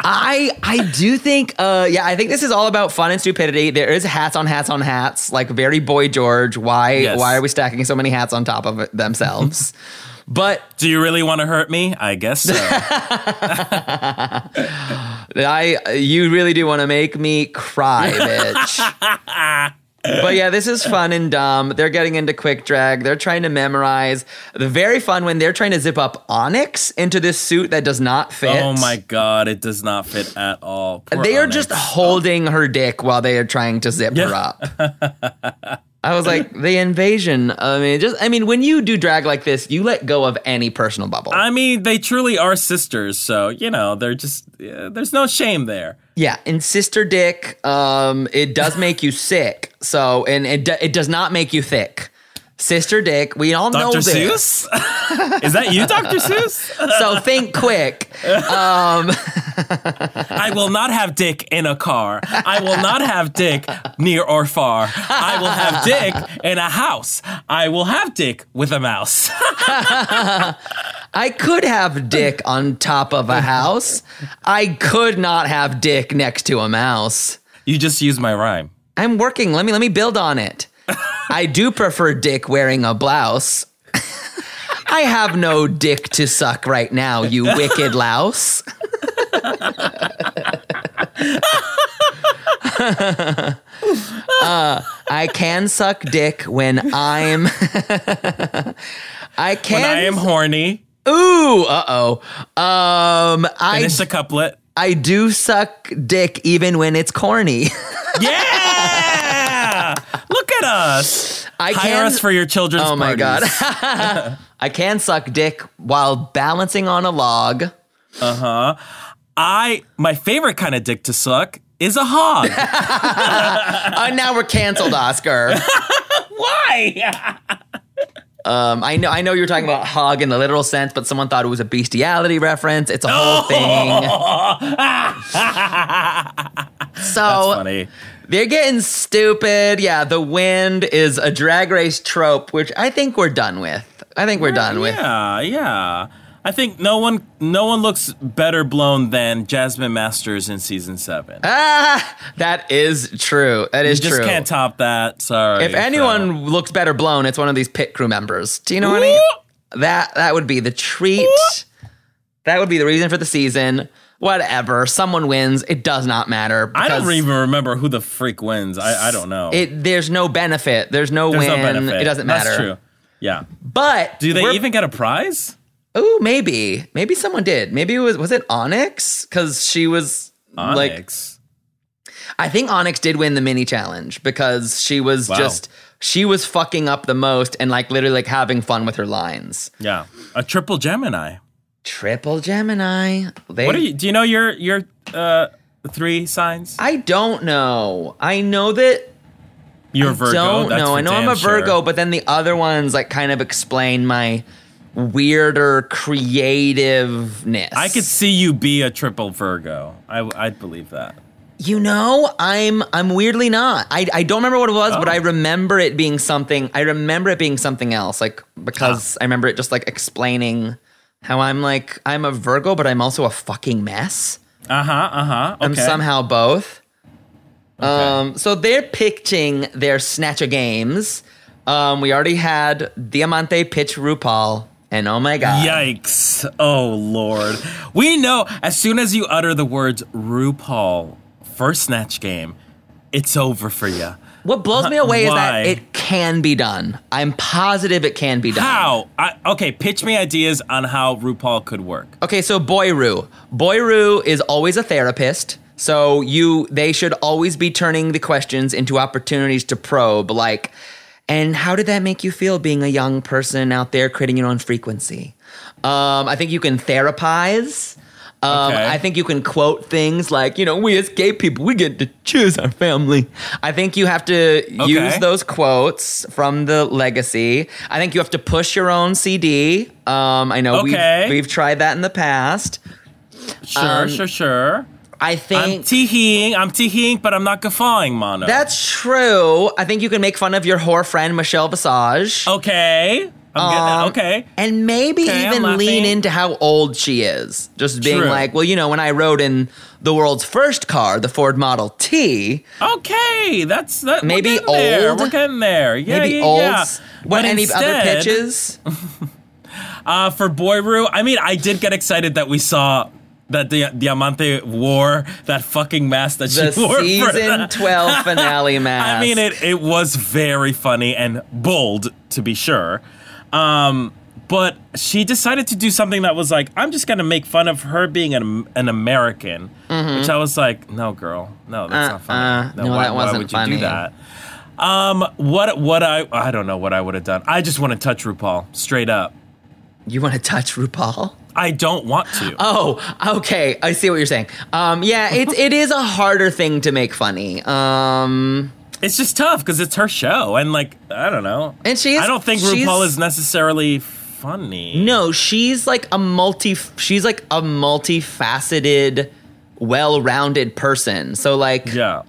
Speaker 1: I I do think uh yeah I think this is all about fun and stupidity. There is hats on hats on hats, like very boy George. Why
Speaker 2: Yes.
Speaker 1: why are we stacking so many hats on top of themselves? but
Speaker 2: Do you really want to hurt me? I guess so.
Speaker 1: I you really do want to make me cry, bitch. but yeah, this is fun and dumb. They're getting into quick drag. They're trying to memorize. The very fun when they're trying to zip up Onyx into this suit that does not fit.
Speaker 2: oh my god, it does not fit at all. Poor
Speaker 1: they are
Speaker 2: Onyx.
Speaker 1: just holding her dick while they are trying to zip her
Speaker 2: Yeah.
Speaker 1: up. I was like, the invasion. I mean, just I mean, when you do drag like this, you let go of any personal bubble.
Speaker 2: I mean, they truly are sisters, so you know they're just. Uh, there's no shame there.
Speaker 1: yeah, and sister dick, um, it does make you sick. So, and it do, it does not make you thick. Sister dick, we all know
Speaker 2: Dr. Seuss?
Speaker 1: this.
Speaker 2: Is that you, Dr. Seuss?
Speaker 1: So think quick.
Speaker 2: I will not have dick in a car. I will not have dick near or far. I will have dick in a house. I will have dick with a mouse.
Speaker 1: I could have dick on top of a house. I could not have dick next to a mouse.
Speaker 2: you just used my rhyme.
Speaker 1: I'm working. Let me let me build on it. I do prefer dick wearing a blouse. I have no dick to suck right now, you wicked louse. Uh, I can suck dick when I'm. I can.
Speaker 2: When I am horny,
Speaker 1: Ooh, uh oh. Um, I
Speaker 2: finish the couplet.
Speaker 1: I do suck dick even when it's corny.
Speaker 2: Yeah! Look at us.
Speaker 1: I
Speaker 2: Hire
Speaker 1: can
Speaker 2: us for your children's
Speaker 1: Oh my god.
Speaker 2: parties.
Speaker 1: I can suck dick while balancing on a log.
Speaker 2: I, my favorite kind of dick to suck is a hog.
Speaker 1: Uh, now we're canceled, Oscar.
Speaker 2: Why?
Speaker 1: Um, I know I know you were talking about hog in the literal sense, but someone thought it was a bestiality reference. It's a whole thing. So
Speaker 2: Funny.
Speaker 1: They're getting stupid. Yeah, the wind is a drag race trope, which I think we're done with. I think we're done with.
Speaker 2: Yeah, yeah. I think no one no one looks better blown than Jasmine Masters in season seven.
Speaker 1: Ah, that is true. That is
Speaker 2: you just
Speaker 1: true.
Speaker 2: can't top that. Sorry.
Speaker 1: if anyone looks better blown, it's one of these pit crew members. Do you know what I mean? That that would be the treat. That would be the reason for the season. Whatever. Someone wins. It does not matter.
Speaker 2: I don't
Speaker 1: because
Speaker 2: even remember who the freak wins. I, I don't know.
Speaker 1: It there's no benefit. There's no
Speaker 2: There's no
Speaker 1: win.
Speaker 2: benefit.
Speaker 1: It doesn't matter.
Speaker 2: That's true. Yeah.
Speaker 1: But
Speaker 2: Do they
Speaker 1: we're-
Speaker 2: even get a prize?
Speaker 1: Oh, maybe. Maybe someone did. Maybe it was was it Onyx? Because she was like
Speaker 2: Onyx.
Speaker 1: I think Onyx did win the mini challenge because she was
Speaker 2: Wow.
Speaker 1: just she was fucking up the most and like literally like having fun with her lines.
Speaker 2: yeah. A triple Gemini.
Speaker 1: Triple Gemini. They,
Speaker 2: What are you? Do you know your your uh three signs?
Speaker 1: I don't know. I know that
Speaker 2: You're a Virgo.
Speaker 1: don't
Speaker 2: that's
Speaker 1: know.
Speaker 2: for
Speaker 1: I know
Speaker 2: damn
Speaker 1: I'm a
Speaker 2: sure.
Speaker 1: Virgo, but then the other ones like kind of explain my weirder creativeness.
Speaker 2: I could see you be a triple Virgo. I would believe that.
Speaker 1: You know, I'm I'm weirdly not. I, I don't remember what it was,
Speaker 2: Oh.
Speaker 1: but I remember it being something. I remember it being something else, like because I remember it just like explaining how I'm like I'm a Virgo, but I'm also a fucking mess.
Speaker 2: Uh huh. Uh huh. Okay.
Speaker 1: I'm somehow both. Um, so they're pitching their snatcher games. Um, we already had Diamante pitch RuPaul, and oh my god,
Speaker 2: Yikes! Oh lord. We know as soon as you utter the words RuPaul for Snatch Game, it's over for you.
Speaker 1: what blows me away is that
Speaker 2: Why?
Speaker 1: it can be done. I'm positive it can be done.
Speaker 2: How? I, okay, pitch me ideas on how RuPaul could work.
Speaker 1: Okay, so Boyru. Boyru is always a therapist. So you they should always be turning the questions into opportunities to probe like and how did that make you feel being a young person out there creating your own frequency? Um, I think you can therapize. Um,
Speaker 2: Okay.
Speaker 1: I think you can quote things like, you know, we as gay people, we get to choose our family. I think you have to use those quotes from the legacy. I think you have to push your own CD. Um, I know
Speaker 2: Okay.
Speaker 1: we've, we've tried that in the past.
Speaker 2: Sure,
Speaker 1: Um,
Speaker 2: sure, sure.
Speaker 1: I
Speaker 2: I'm
Speaker 1: think
Speaker 2: teeing, I'm teeing, but I'm not guffawing, Mono.
Speaker 1: that's true. I think you can make fun of your whore friend Michelle Visage.
Speaker 2: okay. I'm
Speaker 1: Um,
Speaker 2: getting that. Okay.
Speaker 1: And maybe
Speaker 2: Oh, Okay, I'm
Speaker 1: even
Speaker 2: laughing.
Speaker 1: lean into how old she is. Just being
Speaker 2: True.
Speaker 1: like, well, you know, when I rode in the world's first car, the Ford Model T,
Speaker 2: Okay, that's that.
Speaker 1: Maybe
Speaker 2: we're getting There.
Speaker 1: old?
Speaker 2: We're getting there. Yeah,
Speaker 1: maybe
Speaker 2: yeah,
Speaker 1: old.
Speaker 2: yeah.
Speaker 1: What
Speaker 2: But
Speaker 1: any other
Speaker 2: instead,
Speaker 1: pitches?
Speaker 2: uh, for Boyru? I mean, I did get excited that we saw that the Diamante wore that fucking mask that
Speaker 1: The
Speaker 2: she wore. for
Speaker 1: season
Speaker 2: that.
Speaker 1: 12 finale mask.
Speaker 2: I mean, it it was very funny and bold to be sure. Um, but she decided to do something that was like, I'm just gonna make fun of her being an an American, which I was like, no, girl, no, that's not funny.
Speaker 1: Mm-hmm. uh, no, that wasn't
Speaker 2: why would
Speaker 1: funny.
Speaker 2: You do that? Um, what what I I don't know what I would have done. I just want to touch RuPaul straight up.
Speaker 1: You want to touch RuPaul?
Speaker 2: I don't want to.
Speaker 1: Oh, okay. I see what you're saying. Um, yeah, it's it is a harder thing to make funny. Um,
Speaker 2: it's just tough because it's her show, and like I don't know.
Speaker 1: And she is-
Speaker 2: I don't think
Speaker 1: she's-
Speaker 2: RuPaul is necessarily funny.
Speaker 1: no, she's like a multi. She's like a multifaceted, well-rounded person. So like,
Speaker 2: Yeah.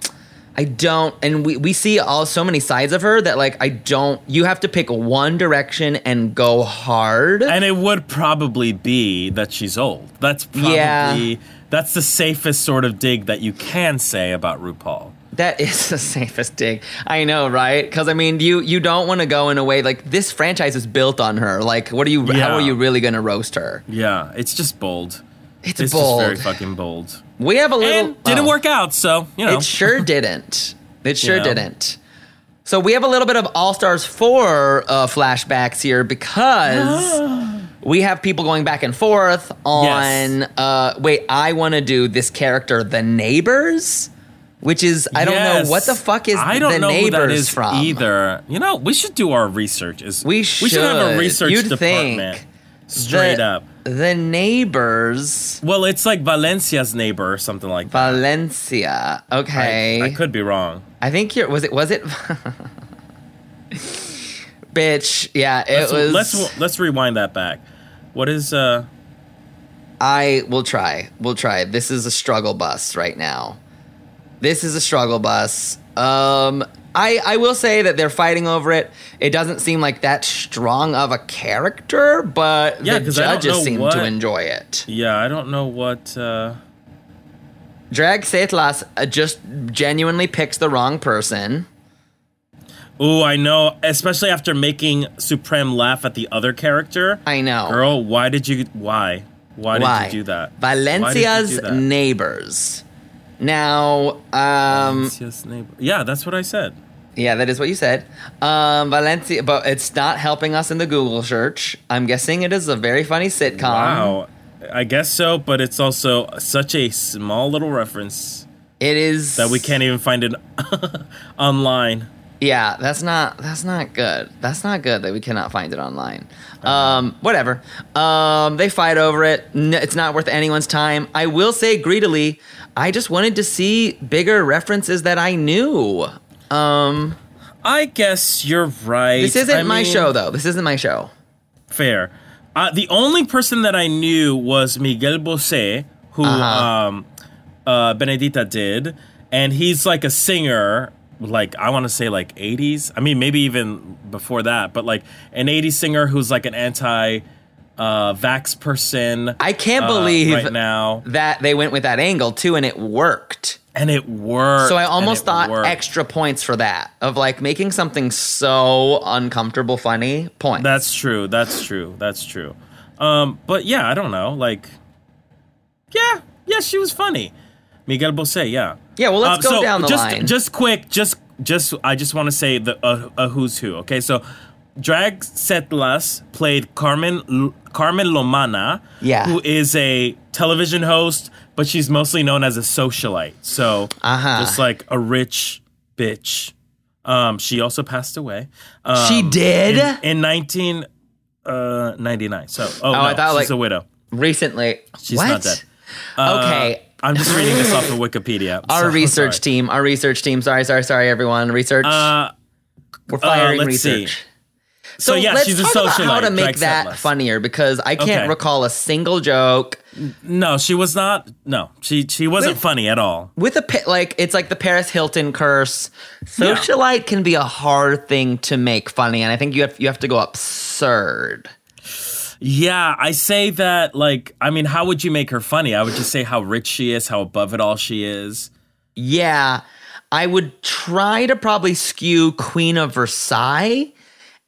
Speaker 1: I don't, and we we see all so many sides of her that like I don't. You have to pick one direction and go hard.
Speaker 2: And it would probably be that she's old. That's probably
Speaker 1: Yeah.
Speaker 2: that's the safest sort of dig that you can say about RuPaul.
Speaker 1: That is the safest dig. I know, right? Because I mean, you you don't want to go in a way like this franchise is built on her. Like, what are you? How
Speaker 2: Yeah.
Speaker 1: are you really going to roast her?
Speaker 2: Yeah, it's just bold.
Speaker 1: It's,
Speaker 2: It's
Speaker 1: bold.
Speaker 2: just very fucking bold.
Speaker 1: we have a little.
Speaker 2: And didn't
Speaker 1: oh.
Speaker 2: work out, so you know.
Speaker 1: It sure didn't. It sure
Speaker 2: Yeah.
Speaker 1: didn't. So we have a little bit of All Stars four uh, flashbacks here because we have people going back and forth on. Uh, wait, I want to do this character, the neighbors, which is I don't
Speaker 2: Yes.
Speaker 1: know what the fuck is
Speaker 2: I don't
Speaker 1: the
Speaker 2: know
Speaker 1: neighbors
Speaker 2: who that is
Speaker 1: from
Speaker 2: either. You know, we should do our research. Is
Speaker 1: We
Speaker 2: we should have
Speaker 1: should.
Speaker 2: a research
Speaker 1: You'd
Speaker 2: department.
Speaker 1: think.
Speaker 2: Straight
Speaker 1: the,
Speaker 2: up.
Speaker 1: The neighbors,
Speaker 2: Well, it's like Valencia's neighbor or something like that.
Speaker 1: Valencia. Okay,
Speaker 2: I, I could be wrong.
Speaker 1: I think you're. Was it? Was it? Bitch. Yeah, it
Speaker 2: Let's,
Speaker 1: was.
Speaker 2: let's let's rewind that back. What is uh
Speaker 1: I will try. We'll try. This is a struggle bus right now. This is a struggle bus. Um, I I will say that they're fighting over it. It doesn't seem like that strong of a character, but
Speaker 2: Yeah,
Speaker 1: the
Speaker 2: 'cause I don't
Speaker 1: judges
Speaker 2: know
Speaker 1: seem
Speaker 2: what-
Speaker 1: to enjoy it.
Speaker 2: Yeah, I don't know what. Uh,
Speaker 1: Drag Setlas uh, just genuinely picks the wrong person.
Speaker 2: oh, I know. Especially after making Supreme laugh at the other character.
Speaker 1: I know.
Speaker 2: Girl, why did you? Why? Why did
Speaker 1: Why?
Speaker 2: you do that? Why did you do
Speaker 1: Valencia's
Speaker 2: that?
Speaker 1: neighbors. Now, um,
Speaker 2: Valencia's neighbor. Yeah, that's what I said.
Speaker 1: yeah, that is what you said. Um, Valencia, but it's not helping us in the Google search. I'm guessing it is a very funny sitcom.
Speaker 2: Wow. I guess so, but it's also such a small little reference
Speaker 1: It is
Speaker 2: that we can't even find it online.
Speaker 1: Yeah, that's not that's not good. That's not good that we cannot find it online.
Speaker 2: Uh-huh.
Speaker 1: Um, whatever. Um, they fight over it. N- it's not worth anyone's time. I will say greedily, I just wanted to see bigger references that I knew. Um,
Speaker 2: I guess you're right.
Speaker 1: this isn't
Speaker 2: I
Speaker 1: my
Speaker 2: mean,
Speaker 1: show though. This isn't my show.
Speaker 2: Fair. Uh, the only person that I knew was Miguel Bosé, who
Speaker 1: Uh-huh.
Speaker 2: um, uh, Benedita did, and he's like a singer. Like I want to say like 80s. I mean, maybe even before that, but like an 80s singer who's like an anti. Uh, vax person.
Speaker 1: I can't
Speaker 2: uh,
Speaker 1: believe
Speaker 2: right now,
Speaker 1: that they went with that angle too, and it worked.
Speaker 2: and it worked.
Speaker 1: So I
Speaker 2: and
Speaker 1: almost
Speaker 2: it
Speaker 1: thought
Speaker 2: worked.
Speaker 1: extra points for that of like making something so uncomfortable funny. Points.
Speaker 2: That's true. That's true. That's true. Um, but yeah, I don't know. Like, yeah, yeah, she was funny. Miguel Bosé, yeah.
Speaker 1: Yeah, well, let's
Speaker 2: Um,
Speaker 1: go
Speaker 2: so
Speaker 1: down the
Speaker 2: just,
Speaker 1: line.
Speaker 2: Just quick, just just I just want to say the uh, uh, who's who. Okay, so Drag Setlas played Carmen L- Carmen Lomana,
Speaker 1: Yeah.
Speaker 2: who is a television host, but she's mostly known as a socialite. So
Speaker 1: Uh-huh.
Speaker 2: just like a rich bitch. Um, she also passed away. Um,
Speaker 1: She did?
Speaker 2: in, in 1999. So, oh, no,
Speaker 1: I thought,
Speaker 2: she's
Speaker 1: like-
Speaker 2: a widow.
Speaker 1: Recently,
Speaker 2: She's
Speaker 1: what?
Speaker 2: not dead.
Speaker 1: okay.
Speaker 2: Uh, I'm just reading this off of Wikipedia.
Speaker 1: Our
Speaker 2: So,
Speaker 1: research
Speaker 2: sorry.
Speaker 1: team, our research team. Sorry, sorry, sorry, everyone. Research.
Speaker 2: Uh,
Speaker 1: We're firing
Speaker 2: let's
Speaker 1: research.
Speaker 2: see. so, yeah,
Speaker 1: let's
Speaker 2: she's a
Speaker 1: talk
Speaker 2: socialite.
Speaker 1: about how to
Speaker 2: Drag
Speaker 1: make that
Speaker 2: Setlas.
Speaker 1: funnier because I can't
Speaker 2: Okay.
Speaker 1: recall a single joke
Speaker 2: No, she was not. No, she she wasn't funny at all.
Speaker 1: with a pit. Like it's like the Paris Hilton curse. Socialite can be a hard thing to make funny, and I think you have you have to go absurd.
Speaker 2: Yeah, I say that like I mean, how would you make her funny? I would just say how rich she is, how above it all she is.
Speaker 1: Yeah, I would try to probably skew Queen of Versailles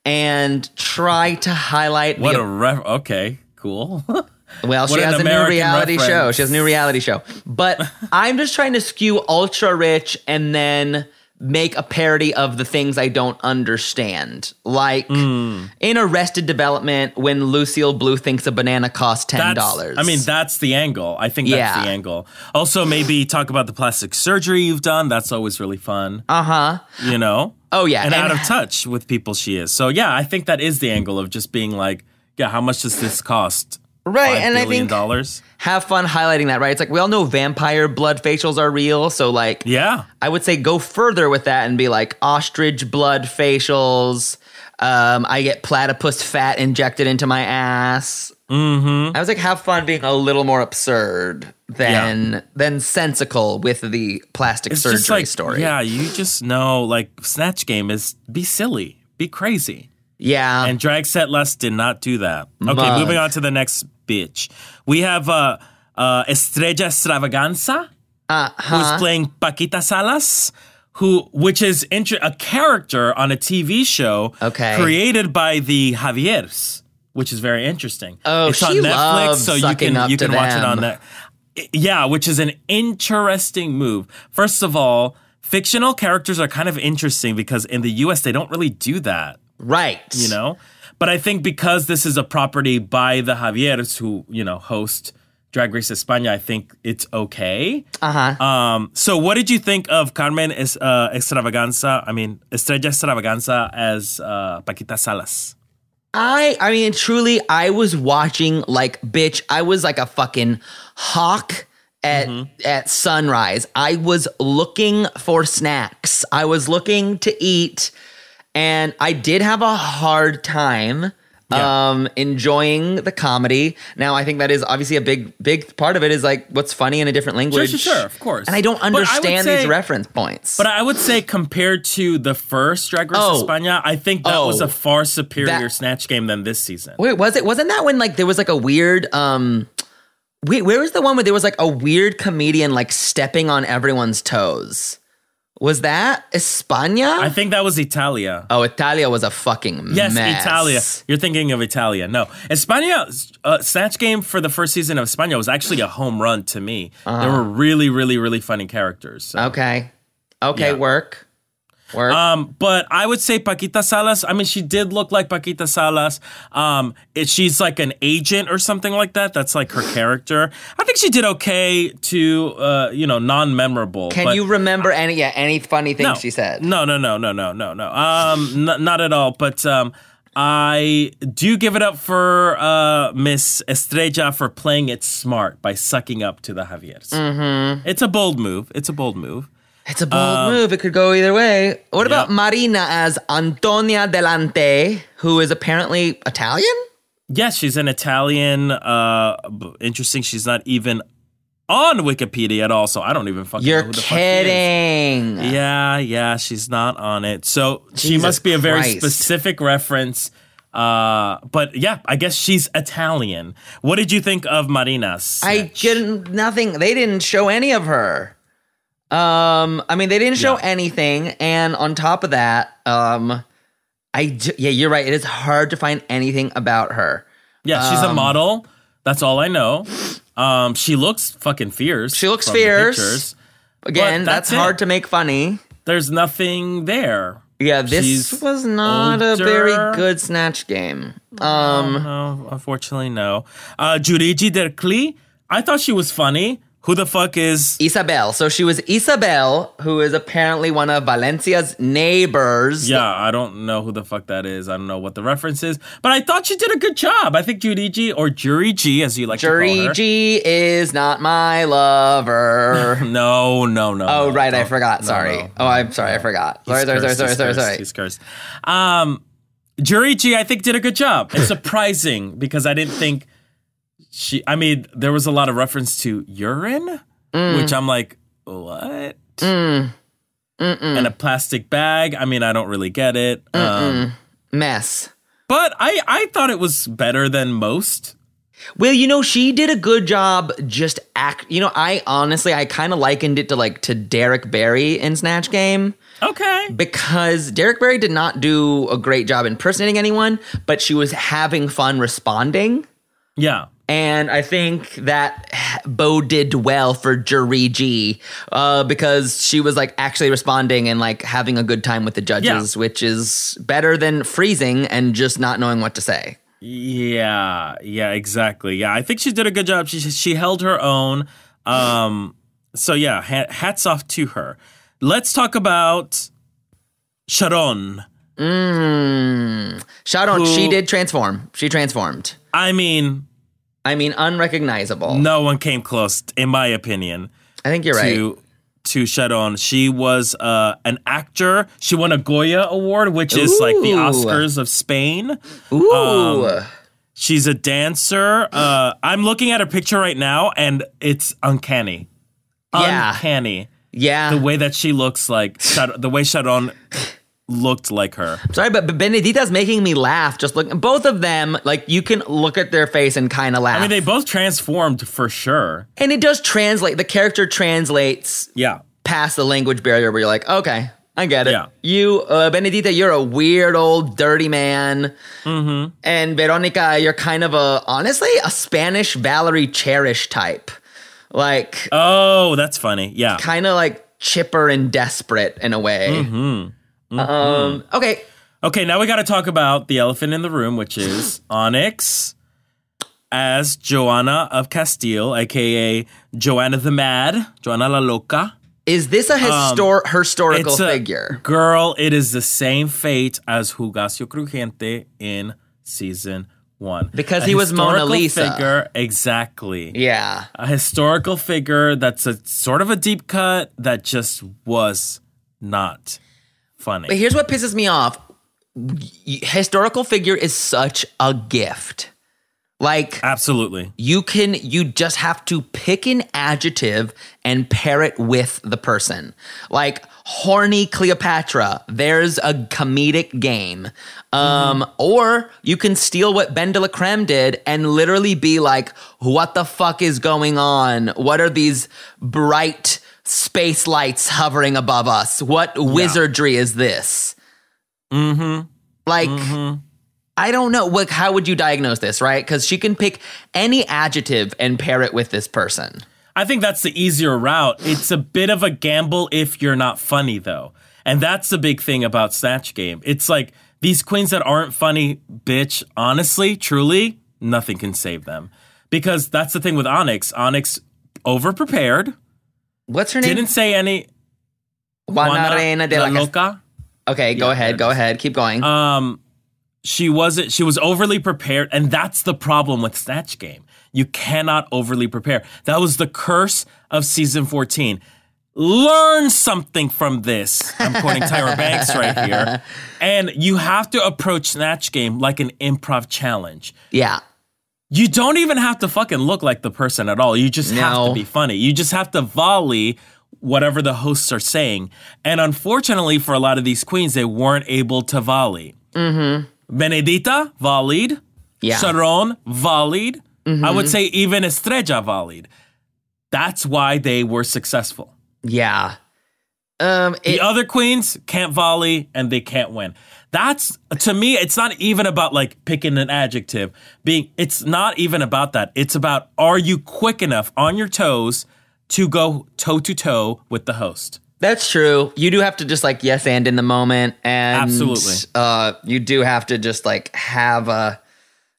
Speaker 1: and try to highlight
Speaker 2: What
Speaker 1: the
Speaker 2: a ref. Okay, cool.
Speaker 1: Well, she
Speaker 2: What an
Speaker 1: has a new
Speaker 2: American
Speaker 1: reality
Speaker 2: reference.
Speaker 1: show. She has a new reality show. But I'm just trying to skew ultra rich and then make a parody of the things I don't understand. Like
Speaker 2: Hmm.
Speaker 1: in Arrested Development, when Lucille Blue thinks a banana costs ten dollars.
Speaker 2: That's- I mean, that's the angle. I think that's
Speaker 1: Yeah.
Speaker 2: the angle. Also, maybe talk about the plastic surgery you've done. That's always really fun. Uh huh. You know.
Speaker 1: Uh-huh. Oh, yeah.
Speaker 2: And,
Speaker 1: And-
Speaker 2: out of touch with people she is. So yeah, I think that is the angle of just being like, yeah, how much does this cost?
Speaker 1: Right,
Speaker 2: Five
Speaker 1: and I
Speaker 2: billion
Speaker 1: think-
Speaker 2: dollars.
Speaker 1: have fun highlighting that, right? It's like we all know vampire blood facials are real, so like
Speaker 2: Yeah.
Speaker 1: I would say go further with that and be like ostrich blood facials. Um, I get platypus fat injected into my ass. Mm-hmm. I was like, have fun being a little more absurd than than sensical with the plastic
Speaker 2: It's
Speaker 1: surgery
Speaker 2: just like
Speaker 1: story.
Speaker 2: Yeah, you just know like Snatch Game is be silly, be crazy.
Speaker 1: yeah.
Speaker 2: And Drag Set Less did not do that. Okay,
Speaker 1: Mug.
Speaker 2: moving on to the next bitch. We have uh, uh, Estrella Extravaganza,
Speaker 1: Uh-huh.
Speaker 2: who's playing Paquita Salas, who which is inter- a character on a TV show
Speaker 1: Okay.
Speaker 2: created by the Javiers, which is very interesting.
Speaker 1: Oh,
Speaker 2: it's on
Speaker 1: she
Speaker 2: Netflix,
Speaker 1: loves
Speaker 2: so you
Speaker 1: sucking
Speaker 2: can
Speaker 1: up
Speaker 2: you
Speaker 1: to
Speaker 2: can watch it on
Speaker 1: them.
Speaker 2: that. Yeah, which is an interesting move. First of all, fictional characters are kind of interesting because in the U.S. they don't really do that
Speaker 1: right.
Speaker 2: you know but i think because this is a property by the javieres who you know host drag race españa i think it's okay uh-huh um so what did you think of carmen es, uh, extravaganza i mean estrella extravaganza as uh, paquita salas
Speaker 1: I I mean truly I was watching like bitch I was like a fucking hawk at
Speaker 2: Mm-hmm.
Speaker 1: at sunrise. I was looking for snacks. I was looking to eat and I did have a hard time
Speaker 2: Yeah.
Speaker 1: um, enjoying the comedy. Now, I think that is obviously a big, big part of it is like what's funny in a different language.
Speaker 2: sure, of course.
Speaker 1: And I don't
Speaker 2: But I would
Speaker 1: understand
Speaker 2: say-
Speaker 1: these reference points.
Speaker 2: But I would say compared to the first Drag Race
Speaker 1: Oh.
Speaker 2: España, I think that
Speaker 1: Oh.
Speaker 2: was a far superior
Speaker 1: That-
Speaker 2: snatch game than this season.
Speaker 1: Wait, was it? Wasn't that when like there was like a weird um wait, where was the one where there was like a weird comedian like stepping on everyone's toes? Was that España?
Speaker 2: I think that was Italia.
Speaker 1: oh, Italia was a fucking
Speaker 2: Yes,
Speaker 1: mess.
Speaker 2: Italia. You're thinking of Italia. No, España. Uh, snatch game for the first season of España was actually a home run to me.
Speaker 1: Uh-huh.
Speaker 2: There were really, really, really funny characters. so.
Speaker 1: Okay. Okay,
Speaker 2: Yeah.
Speaker 1: work. Work.
Speaker 2: Um, but I would say Paquita Salas. I mean, she did look like Paquita Salas. Um, it, she's like an agent or something like that. That's like her character. I think she did okay to, uh, you know, non-memorable.
Speaker 1: Can
Speaker 2: but-
Speaker 1: you remember any yeah, any funny things
Speaker 2: no,
Speaker 1: she said?
Speaker 2: No, no, no, no, no, no, no. Um, n- not at all. But um, I do give it up for uh, Miss Estrella for playing it smart by sucking up to the Javier's.
Speaker 1: Mm-hmm.
Speaker 2: It's a bold move. It's a bold move.
Speaker 1: It's a bold
Speaker 2: um,
Speaker 1: move. It could go either way. What about Marina as Antonia Delante, who is apparently Italian?
Speaker 2: Yes, she's an Italian. Uh, b- interesting. She's not even on Wikipedia at all, so I don't even fucking
Speaker 1: You're
Speaker 2: know who the fuck she is.
Speaker 1: kidding.
Speaker 2: Yeah, yeah, she's not on it. So she
Speaker 1: Jesus
Speaker 2: must be a very
Speaker 1: Christ.
Speaker 2: specific reference. Uh, but yeah, I guess she's Italian. What did you think of Marina's?
Speaker 1: I didn't nothing. They didn't show any of her. Um, I mean, they didn't show
Speaker 2: Yeah.
Speaker 1: anything, and on top of that, um, I j- yeah, you're right. It is hard to find anything about her.
Speaker 2: Yeah, she's
Speaker 1: um,
Speaker 2: a model. That's all I know. Um, she looks fucking fierce.
Speaker 1: She looks
Speaker 2: from the
Speaker 1: fierce.
Speaker 2: pictures.
Speaker 1: Again,
Speaker 2: But
Speaker 1: that's,
Speaker 2: that's
Speaker 1: hard
Speaker 2: it.
Speaker 1: to make funny.
Speaker 2: There's nothing there.
Speaker 1: Yeah, this
Speaker 2: She's
Speaker 1: was not a very
Speaker 2: older.
Speaker 1: good snatch game. Um,
Speaker 2: No, unfortunately, no. Uh, Jurigi Derkli, I thought she was funny. Who the fuck is?
Speaker 1: Isabel. So she was Isabel, who is apparently one of Valencia's neighbors.
Speaker 2: Yeah, I don't know who the fuck that is. I don't know what the reference is, but I thought she did a good job. I think Jurigi or Jurigi, as you like to call her.
Speaker 1: Jurigi is not my lover.
Speaker 2: No, no, no.
Speaker 1: Oh
Speaker 2: no,
Speaker 1: right, I
Speaker 2: don't-
Speaker 1: forgot.
Speaker 2: no,
Speaker 1: Sorry.
Speaker 2: no.
Speaker 1: oh, I'm sorry. I forgot. Sorry,
Speaker 2: He's
Speaker 1: sorry, sorry,
Speaker 2: cursed,
Speaker 1: sorry,
Speaker 2: he's
Speaker 1: sorry,
Speaker 2: cursed,
Speaker 1: sorry.
Speaker 2: He's cursed. Um, Jurigi, I think did a good job. It's surprising because I didn't think she. I mean, there was a lot of reference to urine,
Speaker 1: Mm.
Speaker 2: which I'm like, what? And a plastic bag. I mean, I don't really get it. Um,
Speaker 1: Mess.
Speaker 2: but I, I thought it was better than most.
Speaker 1: Well, you know, she did a good job. Just act. You know, I honestly, I kind of likened it to like to Derek Barry in Snatch Game
Speaker 2: Okay.
Speaker 1: because Derek Barry did not do a great job impersonating anyone, but she was having fun responding.
Speaker 2: Yeah.
Speaker 1: And I think that Bo did well for Jury G uh, because she was like actually responding and like having a good time with the judges, which is better than freezing and just not knowing what to say.
Speaker 2: Yeah, yeah, exactly. Yeah, I think she did a good job. She she held her own. Um, so yeah, ha- hats off to her. Let's talk about Sharon.
Speaker 1: Shout out,
Speaker 2: Who-
Speaker 1: she did transform. She transformed.
Speaker 2: I mean,
Speaker 1: I mean, unrecognizable.
Speaker 2: no one came close, in my opinion,
Speaker 1: I think you're right.
Speaker 2: to to Sharon. She was uh, an actor. She won a Goya Award, which is like the
Speaker 1: Ooh.
Speaker 2: Oscars of Spain.
Speaker 1: Ooh.
Speaker 2: um, She's a dancer. Uh, I'm looking at her picture right now, and it's uncanny.
Speaker 1: Yeah.
Speaker 2: Uncanny.
Speaker 1: yeah.
Speaker 2: the way that she looks like Shar- the way Sharon looked like her.
Speaker 1: Sorry, but but Benedita's making me laugh. Just look, both of them, like, you can look at their face and kind of laugh.
Speaker 2: I mean, they both transformed for sure.
Speaker 1: and it does translate. The character translates
Speaker 2: Yeah.
Speaker 1: past the language barrier where you're like, okay, I get it.
Speaker 2: Yeah.
Speaker 1: You, uh, Benedita, you're a weird old dirty man. Mm-hmm. And Veronica, you're kind of a, honestly, a Spanish Valerie Cherish type. Like,
Speaker 2: Oh, that's funny. Yeah.
Speaker 1: kind of like chipper and desperate in a way.
Speaker 2: Mm-hmm.
Speaker 1: Um, okay.
Speaker 2: Okay, now we got to talk about the elephant in the room, which is Onyx as Joanna of Castile, aka Joanna the Mad, Joanna la Loca.
Speaker 1: Is this a histor-
Speaker 2: Um,
Speaker 1: historical figure?
Speaker 2: Girl, it is the same fate as Hugasio Crujente in season one.
Speaker 1: Because
Speaker 2: A
Speaker 1: he was Mona
Speaker 2: historical
Speaker 1: Lisa.
Speaker 2: Figure, exactly.
Speaker 1: Yeah.
Speaker 2: a historical figure that's a sort of a deep cut that just was not funny.
Speaker 1: But here's what pisses me off. y- historical figure is such a gift. Like
Speaker 2: Absolutely.
Speaker 1: you can you just have to pick an adjective and pair it with the person like horny cleopatra there's a comedic game um or you can steal what ben de la creme did and literally be like what the fuck is going on what are these bright space lights hovering above us what wizardry is this mm-hmm like I don't know. Like, how would you diagnose this, right? Because she can pick any adjective and pair it with this person.
Speaker 2: I think that's the easier route. It's a bit of a gamble if you're not funny, though. And that's the big thing about Snatch Game. It's like these queens that aren't funny, bitch, honestly, truly, nothing can save them. Because that's the thing with Onyx. Onyx overprepared,
Speaker 1: What's her name?
Speaker 2: didn't say any.
Speaker 1: Juana
Speaker 2: Juana
Speaker 1: Reina de la Cas-
Speaker 2: Loca. Um,
Speaker 1: Okay, go ahead, go ahead, keep going.
Speaker 2: she wasn't she was overly prepared and that's the problem with snatch game you cannot overly prepare that was the curse of season 14 learn something from this i'm quoting tyra banks right here and you have to approach snatch game like an improv challenge
Speaker 1: yeah.
Speaker 2: you don't even have to fucking look like the person at all. You just have to
Speaker 1: No.
Speaker 2: be funny. You just have to volley whatever the hosts are saying. And unfortunately, for a lot of these queens, they weren't able to volley. Mm-hmm. Benedita volleyed.
Speaker 1: Yeah. Mm-hmm.
Speaker 2: Sharon volleyed. I would say even Estrella volleyed. That's why they were successful.
Speaker 1: Yeah. Um it,
Speaker 2: The other queens can't volley and they can't win. That's to me, it's not even about like picking an adjective. Being it's not even about that. It's about are you quick enough on your toes to go toe to toe with the host?
Speaker 1: that's true. You do have to just like yes and in the moment and
Speaker 2: Absolutely.
Speaker 1: uh you do have to just like have a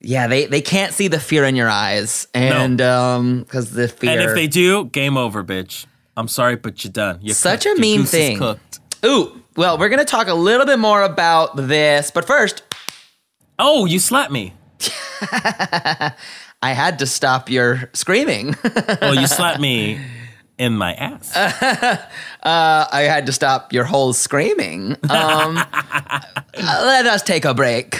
Speaker 1: yeah, they they can't see the fear in your eyes and um cuz the fear
Speaker 2: And if they do, game over, bitch. I'm sorry, but you're done. You're
Speaker 1: Such
Speaker 2: cooked.
Speaker 1: a
Speaker 2: Your
Speaker 1: mean
Speaker 2: goose is
Speaker 1: thing.
Speaker 2: cooked.
Speaker 1: Ooh, well, we're going to talk a little bit more about this, but first,
Speaker 2: Oh, you slapped me.
Speaker 1: I had to stop your screaming.
Speaker 2: Oh, you slapped me in my ass.
Speaker 1: Uh, I had to stop your whole screaming. Um, uh, let us take a break.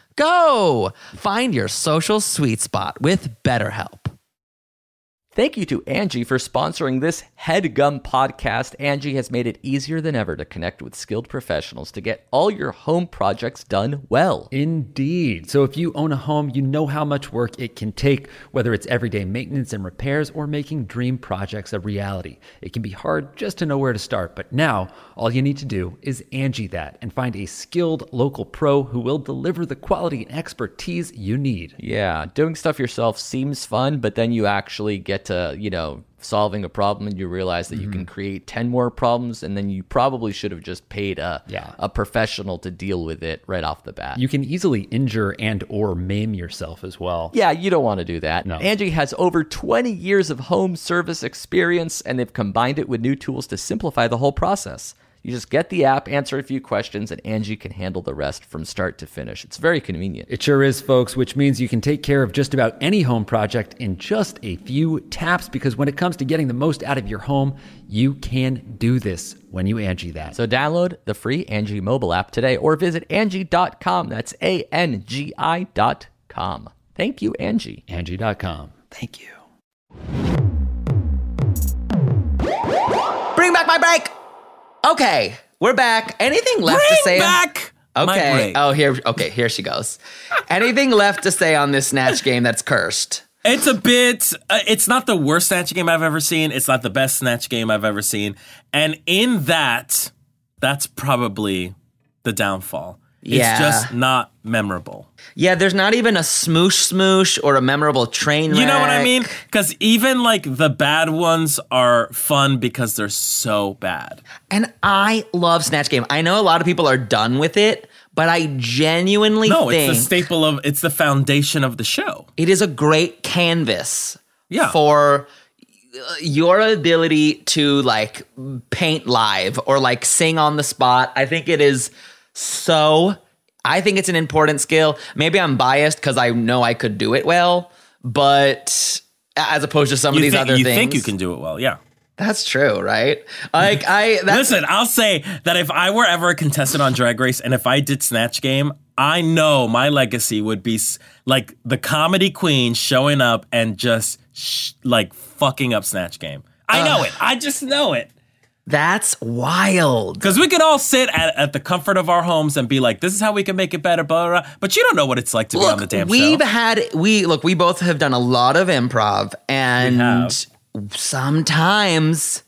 Speaker 1: Go! Find your social sweet spot with BetterHelp.
Speaker 3: Thank you to Angie for sponsoring this headgum podcast. Angie has made it easier than ever to connect with skilled professionals to get all your home projects done well.
Speaker 4: Indeed. So if you own a home, you know how much work it can take, whether it's everyday maintenance and repairs or making dream projects a reality. It can be hard just to know where to start, but now all you need to do is Angie that and find a skilled local pro who will deliver the quality and expertise you need.
Speaker 3: Yeah, doing stuff yourself seems fun, but then you actually get to, you know, solving a problem and you realize that you can create 10 more problems and then you probably should have just paid a
Speaker 4: Yeah.
Speaker 3: a professional to deal with it right off the bat.
Speaker 4: You can easily injure and or maim yourself as well.
Speaker 3: Yeah, you don't want to do that. Angie has over 20 years of home service experience, and they've combined it with new tools to simplify the whole process. You just get the app, answer a few questions, and Angie can handle the rest from start to finish. It's very convenient.
Speaker 4: It sure is, folks, which means you can take care of just about any home project in just a few taps because when it comes to getting the most out of your home, you can do this when you Angie that.
Speaker 3: So download the free Angie mobile app today or visit Angie.com. That's A N G I dot com. Thank you, Angie.
Speaker 4: Angie.com. Thank you.
Speaker 1: Bring back my break! Okay, we're back. Anything left to say?
Speaker 2: Bring back my
Speaker 1: Okay.
Speaker 2: break.
Speaker 1: Oh, here. Okay, here she goes. Anything left to say on this snatch game that's cursed?
Speaker 2: It's a bit. Uh, it's not the worst snatch game I've ever seen. It's not the best snatch game I've ever seen. And in that, that's probably the downfall.
Speaker 1: Yeah.
Speaker 2: It's just not memorable.
Speaker 1: Yeah, there's not even a smoosh smoosh or a memorable train.
Speaker 2: You know what I
Speaker 1: wreck.
Speaker 2: mean? Because even like the bad ones are fun because they're so bad.
Speaker 1: And I love Snatch Game. I know a lot of people are done with it, but I genuinely
Speaker 2: No,
Speaker 1: think
Speaker 2: it's the staple of. It's the foundation of the show.
Speaker 1: it is a great canvas
Speaker 2: Yeah.
Speaker 1: for uh, your ability to like paint live or like sing on the spot. I think it is so I think it's an important skill. Maybe I'm biased cuz I know I could do it well, but as opposed to some
Speaker 2: You
Speaker 1: of these
Speaker 2: think-
Speaker 1: other
Speaker 2: you
Speaker 1: things.
Speaker 2: think you can do it well? Yeah.
Speaker 1: That's true, right? Like I that's
Speaker 2: Listen, I'll say that if I were ever a contestant on Drag Race and if I did Snatch Game, I know my legacy would be s- like the comedy queen showing up and just sh- like fucking up Snatch Game. I know it. I just know it.
Speaker 1: that's wild.
Speaker 2: Because we could all sit at, at the comfort of our homes and be like, this is how we can make it better, blah, blah, blah. But you don't know what it's like to be on the damn
Speaker 1: we've
Speaker 2: show.
Speaker 1: had we look we both have done a lot of improv and sometimes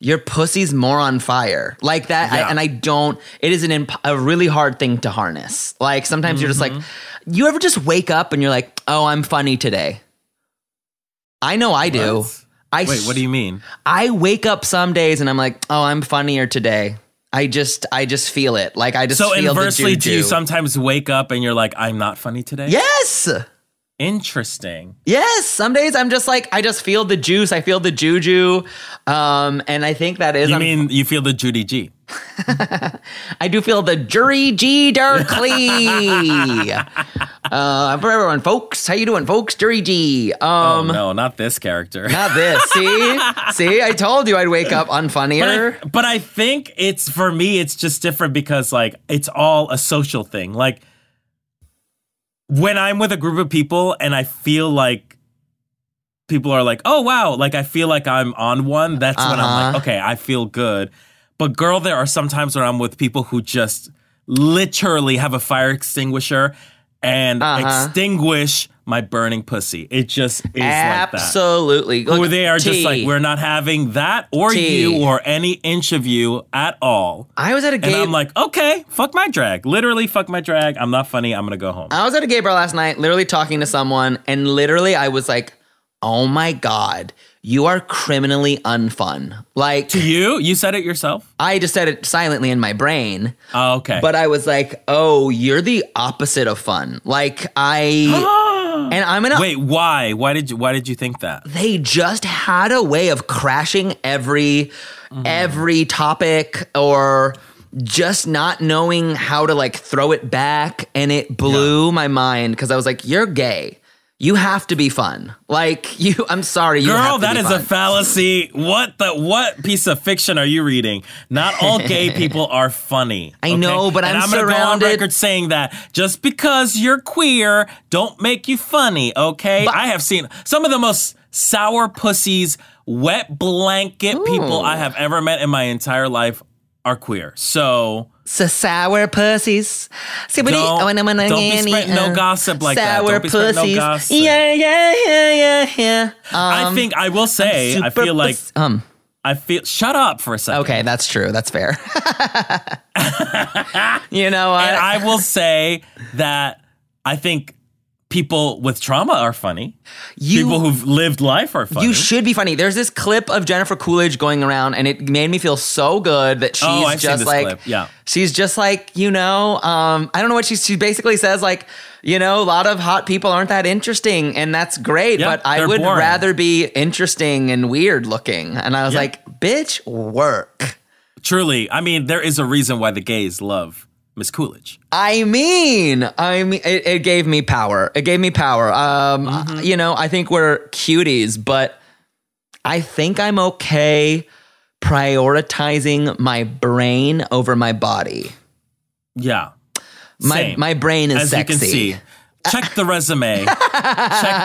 Speaker 1: your pussy's more on fire like that I,
Speaker 2: Yeah.
Speaker 1: and i don't it is an imp- a really hard thing to harness like sometimes you're just like
Speaker 2: Mm-hmm.
Speaker 1: you ever just wake up and you're like oh i'm funny today i know i do
Speaker 2: What?
Speaker 1: i
Speaker 2: Wait, what do you mean?
Speaker 1: I wake up some days and I'm like, oh, I'm funnier today. I just, I just feel it. Like I just
Speaker 2: So
Speaker 1: feel
Speaker 2: inversely,
Speaker 1: the
Speaker 2: do you
Speaker 1: juju.
Speaker 2: sometimes wake up and you're like, I'm not funny today?
Speaker 1: Yes,
Speaker 2: Interesting.
Speaker 1: Yes, some days I'm just like I just feel the juice, I feel the juju, um, and I think that is
Speaker 2: You
Speaker 1: I'm-
Speaker 2: mean you feel the Judy G?
Speaker 1: I do feel the jury G Darkley. uh, for everyone, folks, how you doing, folks? Jury G. Um,
Speaker 2: oh, no, not this character.
Speaker 1: not this. See, see, I told you I'd wake up unfunnier.
Speaker 2: But I, but I think it's for me, it's just different because like it's all a social thing. Like when I'm with a group of people and I feel like people are like, oh wow, like I feel like I'm on one. That's when I'm like, okay, I feel good. But girl, there are sometimes when I'm with people who just literally have a fire extinguisher and extinguish my burning pussy. It just is like that.
Speaker 1: Absolutely, Look,
Speaker 2: Or they are just
Speaker 1: T.
Speaker 2: like, we're not having that or
Speaker 1: Tea.
Speaker 2: you or any inch of you at all.
Speaker 1: I was at a
Speaker 2: And
Speaker 1: gay.
Speaker 2: I'm like, okay, fuck my drag. Literally, fuck my drag. I'm not funny. I'm going to go home.
Speaker 1: I was at a gay bar last night, literally talking to someone, and literally I was like, "Oh my god, you are criminally unfun." Like
Speaker 2: you? You said it yourself?
Speaker 1: I just said it silently in my brain,
Speaker 2: Oh, okay.
Speaker 1: Uh, but I was like, "Oh, you're the opposite of fun." Like I, and I'm gonna.
Speaker 2: Wait, why? Why did you why did you think that?
Speaker 1: They just had a way of crashing every
Speaker 2: Mm-hmm.
Speaker 1: every topic or just not knowing how to like throw it back and it blew my mind cuz I was like, "You're gay. you have to be fun. Like you, I'm sorry, you
Speaker 2: Girl,
Speaker 1: have to
Speaker 2: that
Speaker 1: be
Speaker 2: is a
Speaker 1: fun.
Speaker 2: fallacy. What the what piece of fiction are you reading? Not all gay people are funny.
Speaker 1: I know, but
Speaker 2: And
Speaker 1: I'm
Speaker 2: I'm gonna go on
Speaker 1: surrounded-
Speaker 2: record saying that just because you're queer don't make you funny, okay? I have seen some of the most sour pussies, wet blanket people I have ever met in my entire life are queer. So
Speaker 1: So sour pussies. oh, See, but
Speaker 2: Don't- don't be spreading no gossip like that.
Speaker 1: eh, sour
Speaker 2: Don't be spreading no
Speaker 1: pussies.
Speaker 2: gossip.
Speaker 1: Yeah, yeah, yeah, yeah, yeah.
Speaker 2: I think I will say I
Speaker 1: Um, super
Speaker 2: feel like
Speaker 1: pus- um.
Speaker 2: I feel shut up for a second.
Speaker 1: Okay, that's true. That's fair. you know what?
Speaker 2: and I will say that I think people with trauma are funny.
Speaker 1: you,
Speaker 2: people who've lived life are funny.
Speaker 1: You should be funny. There's this clip of Jennifer Coolidge going around, and it made me feel so good that she's
Speaker 2: Oh, I've seen
Speaker 1: just
Speaker 2: this
Speaker 1: like,
Speaker 2: clip. Yeah.
Speaker 1: she's just like, you know, um, I don't know what she she basically says like, you know, a lot of hot people aren't that interesting, and that's great,
Speaker 2: Yeah,
Speaker 1: but I
Speaker 2: they're
Speaker 1: would
Speaker 2: boring.
Speaker 1: rather be interesting and weird looking. And I was
Speaker 2: Yeah.
Speaker 1: like, bitch, work.
Speaker 2: Truly, I mean, there is a reason why the gays love Miss Coolidge.
Speaker 1: I mean, I mean, it, it gave me power. It gave me power. Um,
Speaker 2: Mm-hmm.
Speaker 1: you know, I think we're cuties, but I think I'm okay prioritizing my brain over my body.
Speaker 2: Yeah.
Speaker 1: My
Speaker 2: Same.
Speaker 1: my brain is
Speaker 2: As
Speaker 1: sexy.
Speaker 2: you can see. Check the resume. Check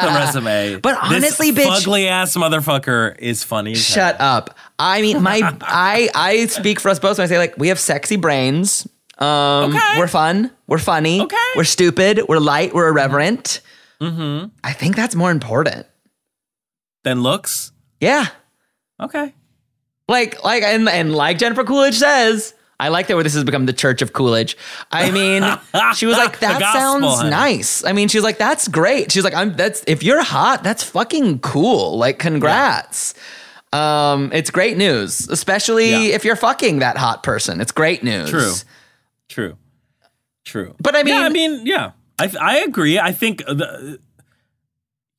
Speaker 2: the resume.
Speaker 1: But honestly,
Speaker 2: this
Speaker 1: bitch-
Speaker 2: ugly ass motherfucker is funny. as hell.
Speaker 1: Shut up. I mean, my I I speak for us both when I say like we have sexy brains. Um,
Speaker 2: Okay.
Speaker 1: we're fun. We're funny.
Speaker 2: Okay. Mm-hmm.
Speaker 1: We're stupid. We're light. We're irreverent. I think that's more important.
Speaker 2: Then looks.
Speaker 1: Yeah.
Speaker 2: Okay.
Speaker 1: like like and, and like jennifer coolidge says i like that where this has become the church of coolidge i mean she was like
Speaker 2: The
Speaker 1: that
Speaker 2: gospel,
Speaker 1: sounds
Speaker 2: honey."
Speaker 1: nice i mean she's like that's great she's like i'm that's if you're hot that's fucking cool like congrats um it's great news especially
Speaker 2: Yeah.
Speaker 1: if you're fucking that hot person it's great news
Speaker 2: True. True. True.
Speaker 1: But I mean-
Speaker 2: yeah, I mean, yeah, I I agree. I think the,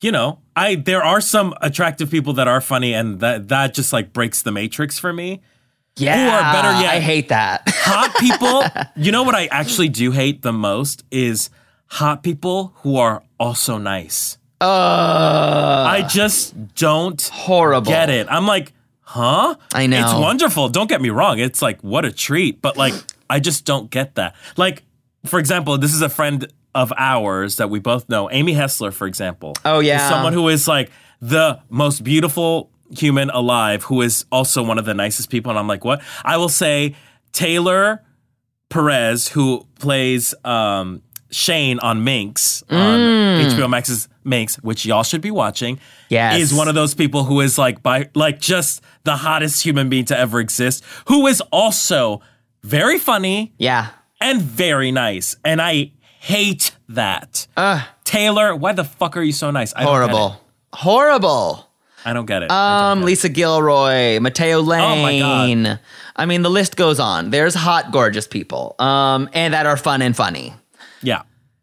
Speaker 2: you know, I there are some attractive people that are funny, and that that just like breaks the matrix for me.
Speaker 1: yeah
Speaker 2: Or better yet-
Speaker 1: i hate that
Speaker 2: Hot people, you know what I actually do hate the most is hot people who are also nice.
Speaker 1: uh
Speaker 2: I just don't
Speaker 1: horrible
Speaker 2: get it. I'm like, huh?
Speaker 1: I know.
Speaker 2: It's wonderful. Don't get me wrong. It's like, what a treat. But like, I just don't get that. Like, for example, this is a friend of ours that we both know, Amy Hessler, for example.
Speaker 1: Oh,
Speaker 2: is
Speaker 1: yeah.
Speaker 2: Someone who is like the most beautiful human alive, who is also one of the nicest people. And I'm like, what? I will say Taylor Perez, who plays um, Shane on Minx, on HBO Max's Minx, which y'all should be watching,
Speaker 1: Mm. Yes.
Speaker 2: is one of those people who is like by like just the hottest human being to ever exist, who is also very funny
Speaker 1: yeah
Speaker 2: and very nice, and I hate that. Taylor, why the fuck are you so nice? I don't get it.
Speaker 1: horrible horrible
Speaker 2: I don't get it. I don't
Speaker 1: Um,
Speaker 2: get it.
Speaker 1: Lisa Gilroy, Mateo
Speaker 2: my
Speaker 1: Lane.
Speaker 2: God.
Speaker 1: I mean, the list goes on. There's hot, gorgeous people, um, and that are fun and funny.
Speaker 2: yeah,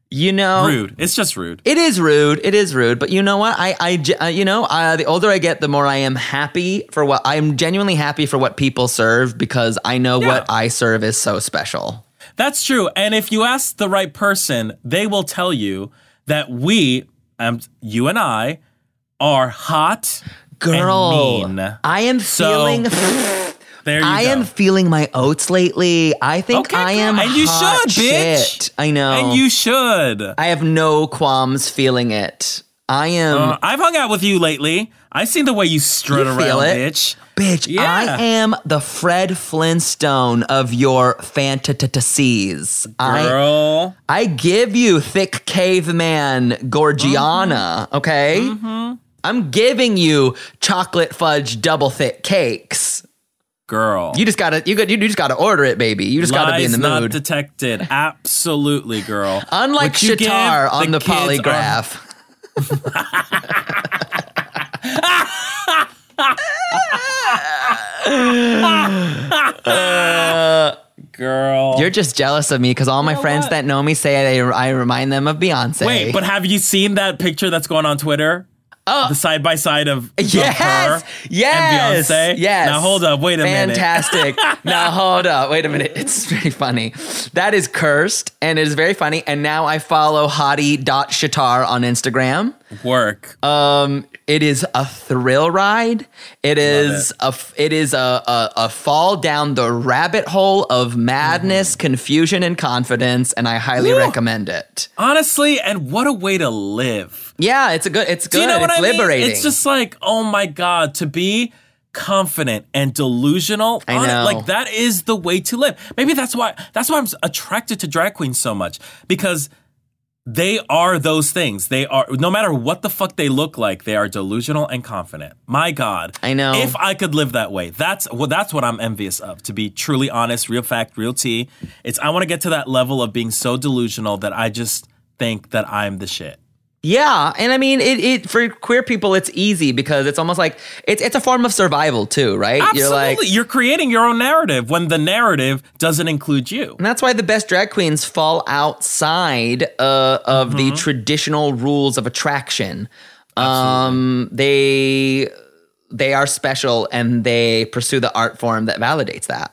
Speaker 1: You know,
Speaker 2: rude. It's just rude.
Speaker 1: it is rude. It is rude. But you know what? I, I, ge- uh, you know, uh, the older I get, the more I am happy for what I am genuinely happy for what people serve because I know what I serve is so special.
Speaker 2: That's true. And if you ask the right person, they will tell you that we, um, you and I, are hot.
Speaker 1: Girl,
Speaker 2: mean.
Speaker 1: I am
Speaker 2: So,
Speaker 1: feeling.
Speaker 2: There you
Speaker 1: I
Speaker 2: go.
Speaker 1: am feeling my oats lately. I think
Speaker 2: Okay,
Speaker 1: I
Speaker 2: girl.
Speaker 1: am.
Speaker 2: And you
Speaker 1: hot
Speaker 2: should, bitch.
Speaker 1: shit. I know.
Speaker 2: and you should.
Speaker 1: I have no qualms feeling it. I am,
Speaker 2: Uh, I've hung out with you lately. I've seen the way you strut
Speaker 1: You feel
Speaker 2: around,
Speaker 1: it.
Speaker 2: bitch.
Speaker 1: bitch,
Speaker 2: yeah.
Speaker 1: I am the Fred Flintstone of your fantasies. I,
Speaker 2: Girl.
Speaker 1: I give you thick caveman Gorgiana,
Speaker 2: Mm-hmm.
Speaker 1: okay? I'm giving you chocolate fudge double thick cakes.
Speaker 2: Girl.
Speaker 1: You just gotta, you, got, you just gotta order it, baby. You just gotta be
Speaker 2: Lies
Speaker 1: in the
Speaker 2: not
Speaker 1: mood.
Speaker 2: detected. Absolutely, girl.
Speaker 1: Unlike
Speaker 2: What you give,
Speaker 1: Shatar on the,
Speaker 2: kids are-
Speaker 1: polygraph.
Speaker 2: girl.
Speaker 1: You're just jealous of me because all my friends that know me say I, I remind them of Beyonce.
Speaker 2: Wait, but have you seen that picture that's going on Twitter? the side by side of of
Speaker 1: Oh. Yes,
Speaker 2: her
Speaker 1: yes,
Speaker 2: and Beyonce.
Speaker 1: yes.
Speaker 2: Now hold up, wait a minute.
Speaker 1: Fantastic. now hold up, wait a minute. It's very funny. That is cursed, and it is very funny. And now I follow Hottie.Shatar on Instagram.
Speaker 2: Work.
Speaker 1: Um, it is a thrill ride. It is a f- it is a, a a fall down the rabbit hole of
Speaker 2: Mm-hmm.
Speaker 1: madness, confusion, and confidence. And I highly recommend it.
Speaker 2: Honestly, and what a way to live.
Speaker 1: Yeah, it's a good. It's good.
Speaker 2: Do you know what
Speaker 1: it's
Speaker 2: I
Speaker 1: liberating.
Speaker 2: mean? It's just like, oh my god, to be confident and delusional.
Speaker 1: I
Speaker 2: on-
Speaker 1: know.
Speaker 2: Like that is the way to live. Maybe that's why that's why I'm s- attracted to drag queens so much because they are those things. They are no matter what the fuck they look like, they are delusional and confident. My god.
Speaker 1: I know.
Speaker 2: If I could live that way. That's well that's what I'm envious of. To be truly honest, real fact, real tea. It's I want to get to that level of being so delusional that I just think that I'm the shit.
Speaker 1: Yeah, and I mean it, it for queer people it's easy because it's almost like it's it's a form of survival too, right?
Speaker 2: Absolutely.
Speaker 1: You're like
Speaker 2: You're creating your own narrative when the narrative doesn't include you.
Speaker 1: and that's why the best drag queens fall outside uh, of
Speaker 2: Mm-hmm.
Speaker 1: the traditional rules of attraction. Um they they are special and they pursue the art form that validates that.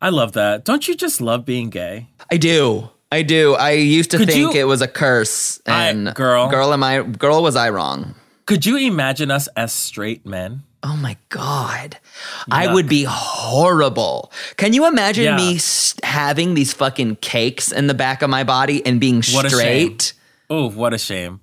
Speaker 2: I love that. Don't you just love being gay?
Speaker 1: I do. I do. I used to
Speaker 2: Could
Speaker 1: think
Speaker 2: you-
Speaker 1: it was a curse
Speaker 2: I-
Speaker 1: and
Speaker 2: girl.
Speaker 1: girl am I girl was I wrong?
Speaker 2: Could you imagine us as straight men?
Speaker 1: Oh my God. I would be horrible. Can you imagine
Speaker 2: Yeah.
Speaker 1: me s- having these fucking cakes in the back of my body and being
Speaker 2: What a shame.
Speaker 1: straight?
Speaker 2: Oh, what a shame.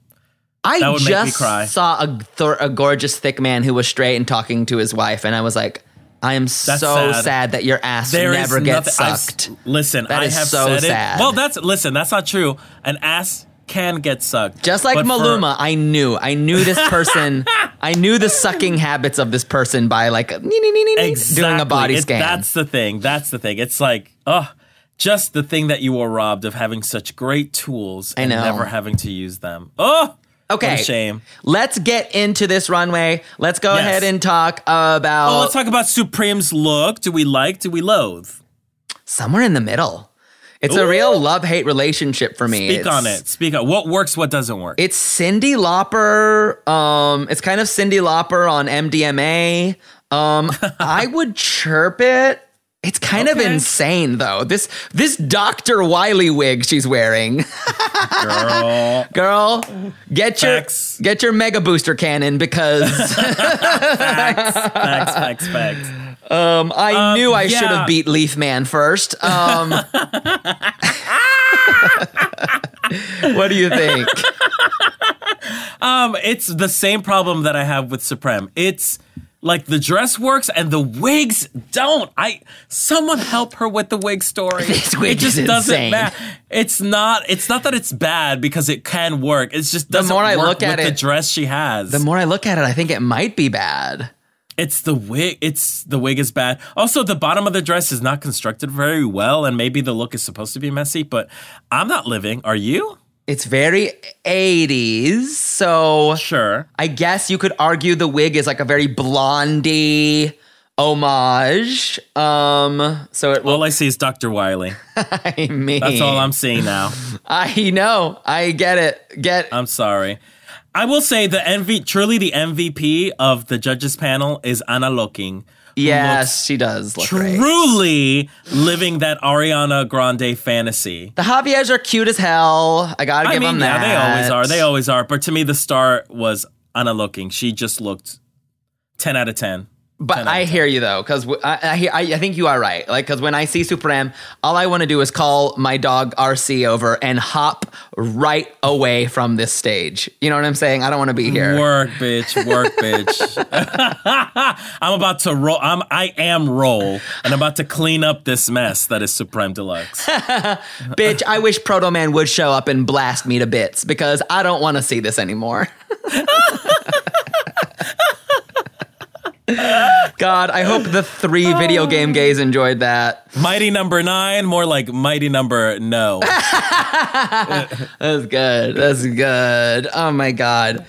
Speaker 1: I
Speaker 2: That would make me
Speaker 1: just
Speaker 2: cry.
Speaker 1: saw a, thor a gorgeous thick man who was straight and talking to his wife, and I was like, I am so sad.
Speaker 2: sad.
Speaker 1: that your ass
Speaker 2: There is
Speaker 1: never gets
Speaker 2: nothing- I've s-
Speaker 1: sucked.
Speaker 2: listen,
Speaker 1: That
Speaker 2: I
Speaker 1: is
Speaker 2: have
Speaker 1: so
Speaker 2: said it.
Speaker 1: sad.
Speaker 2: Well, that's listen. That's not true. An ass can get sucked.
Speaker 1: Just like
Speaker 2: But for-
Speaker 1: Maluma, I knew. I knew this person. I knew the sucking habits of this person by like nee, nee, nee, nee, nee, doing a
Speaker 2: Exactly.
Speaker 1: body
Speaker 2: It-
Speaker 1: scan.
Speaker 2: That's the thing. That's the thing. It's like, oh, just the thing that you were robbed of having such great tools and
Speaker 1: know.
Speaker 2: never having to use them. Oh,
Speaker 1: Okay.
Speaker 2: What a shame.
Speaker 1: Let's get into this runway. Let's go
Speaker 2: Yes.
Speaker 1: ahead and talk about
Speaker 2: Oh, let's talk about Supreme's look. Do we like? Do we loathe?
Speaker 1: somewhere in the middle. It's a
Speaker 2: Ooh.
Speaker 1: real love hate relationship for me.
Speaker 2: Speak
Speaker 1: It's-
Speaker 2: on it. Speak on what works, what doesn't work.
Speaker 1: It's Cindy Lauper. Um, it's kind of Cindy Lauper on MDMA. Um, I would chirp it. It's kind of insane though. This this Dr. Wiley wig she's wearing.
Speaker 2: Girl,
Speaker 1: Girl, get your
Speaker 2: Facts.
Speaker 1: get your mega booster cannon because
Speaker 2: facts, facts, facts.
Speaker 1: Um, I knew I
Speaker 2: yeah.
Speaker 1: should have beat Leaf Man first. Um, what do you think?
Speaker 2: Um, it's the same problem that I have with Supreme. It's like the dress works and the wigs don't. I someone help her with the wig story.
Speaker 1: This wig
Speaker 2: it just
Speaker 1: is
Speaker 2: doesn't
Speaker 1: insane.
Speaker 2: matter. It's not. It's not that it's bad because it can work. It's just doesn't
Speaker 1: more I
Speaker 2: work
Speaker 1: look at
Speaker 2: with
Speaker 1: it,
Speaker 2: the dress she has.
Speaker 1: The more I look at it, I think it might be bad.
Speaker 2: It's the wig. It's the wig is bad. Also, the bottom of the dress is not constructed very well, and maybe the look is supposed to be messy. But I'm not living. Are you?
Speaker 1: It's very 80s, so
Speaker 2: Sure.
Speaker 1: I guess you could argue the wig is like a very blondie homage. Um, so it will.
Speaker 2: All I see is Dr. Wiley.
Speaker 1: I mean,
Speaker 2: That's all I'm seeing now.
Speaker 1: I know. I get it. Get
Speaker 2: I'm sorry. I will say the MV, truly the MVP of the judges panel is Anna Looking.
Speaker 1: yes, she does look great.
Speaker 2: Truly living that Ariana Grande fantasy.
Speaker 1: The Javiers are cute as hell. I gotta
Speaker 2: I
Speaker 1: give
Speaker 2: mean,
Speaker 1: them that.
Speaker 2: yeah, they always are. They always are. But to me, the star was Anna Looking. She just looked 10 out of 10.
Speaker 1: But I hear you though, because I, I, hear- I I think you are right. Like, because when I see Supreme, all I want to do is call my dog RC over and hop right away from this stage. You know what I'm saying? I don't want to be here.
Speaker 2: Work, bitch. Work, bitch. I'm about to roll. I'm I am roll, and I'm about to clean up this mess that is Supreme Deluxe.
Speaker 1: Bitch, I wish Proto Man would show up and blast me to bits because I don't want to see this anymore. God, I hope the three video game gays enjoyed that.
Speaker 2: Mighty number nine, more like mighty number no.
Speaker 1: That's good. That's good. Oh my god.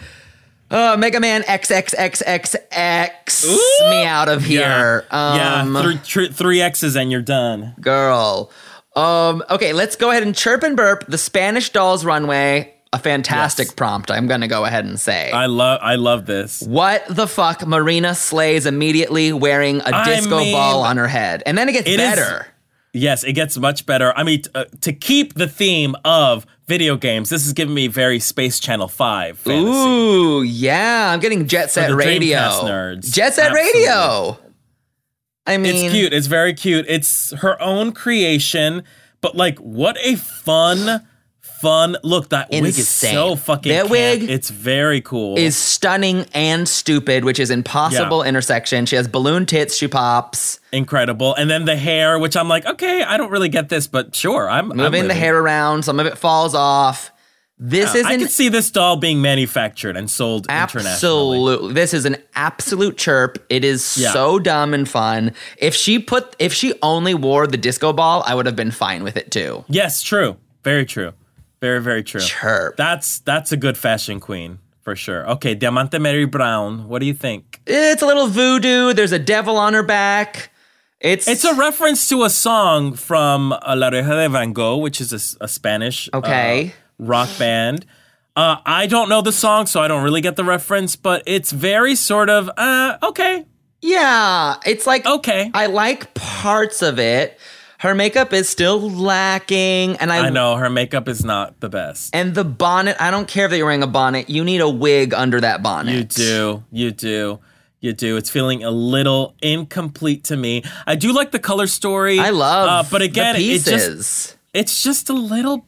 Speaker 1: Oh, Mega Man XXXXX. Me out of here.
Speaker 2: yeah,
Speaker 1: Um,
Speaker 2: three, tr- three X's and you're done.
Speaker 1: girl. Um, okay, let's go ahead and chirp and burp the Spanish Dolls runway. a fantastic prompt, I'm going to go ahead and say.
Speaker 2: I love I love this.
Speaker 1: what the fuck? Marina slays immediately wearing a
Speaker 2: I
Speaker 1: disco
Speaker 2: mean,
Speaker 1: ball on her head. And then it gets
Speaker 2: it is-
Speaker 1: better.
Speaker 2: Yes, it gets much better. I mean, t- uh, to keep the theme of video games, this is giving me very Space Channel Five fantasy.
Speaker 1: Ooh, yeah. I'm getting Jet Set
Speaker 2: the
Speaker 1: Radio.
Speaker 2: Dreamcast nerds.
Speaker 1: Jet Set
Speaker 2: Absolutely.
Speaker 1: Radio. I mean,
Speaker 2: It's cute. It's very cute. It's her own creation, but like, what a fun, fun look! That wig is
Speaker 1: Insane.
Speaker 2: so fucking.
Speaker 1: That
Speaker 2: camp.
Speaker 1: wig
Speaker 2: It's very cool.
Speaker 1: is stunning and stupid, which is impossible intersection. She has balloon tits. She pops,
Speaker 2: incredible. And then the hair, which I'm like, okay, I don't really get this, but sure, I'm I'm
Speaker 1: moving the
Speaker 2: living.
Speaker 1: hair around. Some of it falls off. This is
Speaker 2: I can
Speaker 1: an
Speaker 2: see this doll being manufactured and sold internationally.
Speaker 1: absolute. This is an absolute chirp. It is
Speaker 2: Yeah.
Speaker 1: so dumb and fun. If she put, if she only wore the disco ball, I would have been fine with it too.
Speaker 2: Yes, true. Very true. Very very true.
Speaker 1: Chirp.
Speaker 2: That's that's a good fashion queen for sure. Okay, Diamante Mary Brown. What do you think?
Speaker 1: It's a little voodoo. There's a devil on her back. It's
Speaker 2: It's a reference to a song from uh, La Reja de Van Gogh, which is a s- a, Spanish uh,
Speaker 1: Okay.
Speaker 2: rock band. Uh, I don't know the song, so I don't really get the reference, but it's very sort of uh, okay,
Speaker 1: Yeah, it's like
Speaker 2: Okay.
Speaker 1: I like parts of it. Her makeup is still lacking, and I,
Speaker 2: I know her makeup is not the best.
Speaker 1: And the bonnet, I don't care if that you're wearing a bonnet. You need a wig under that bonnet.
Speaker 2: You do, you do, you do. It's feeling a little incomplete to me. I do like the color story.
Speaker 1: I love.
Speaker 2: uh, but again,
Speaker 1: the
Speaker 2: it
Speaker 1: pieces.
Speaker 2: just it's just a little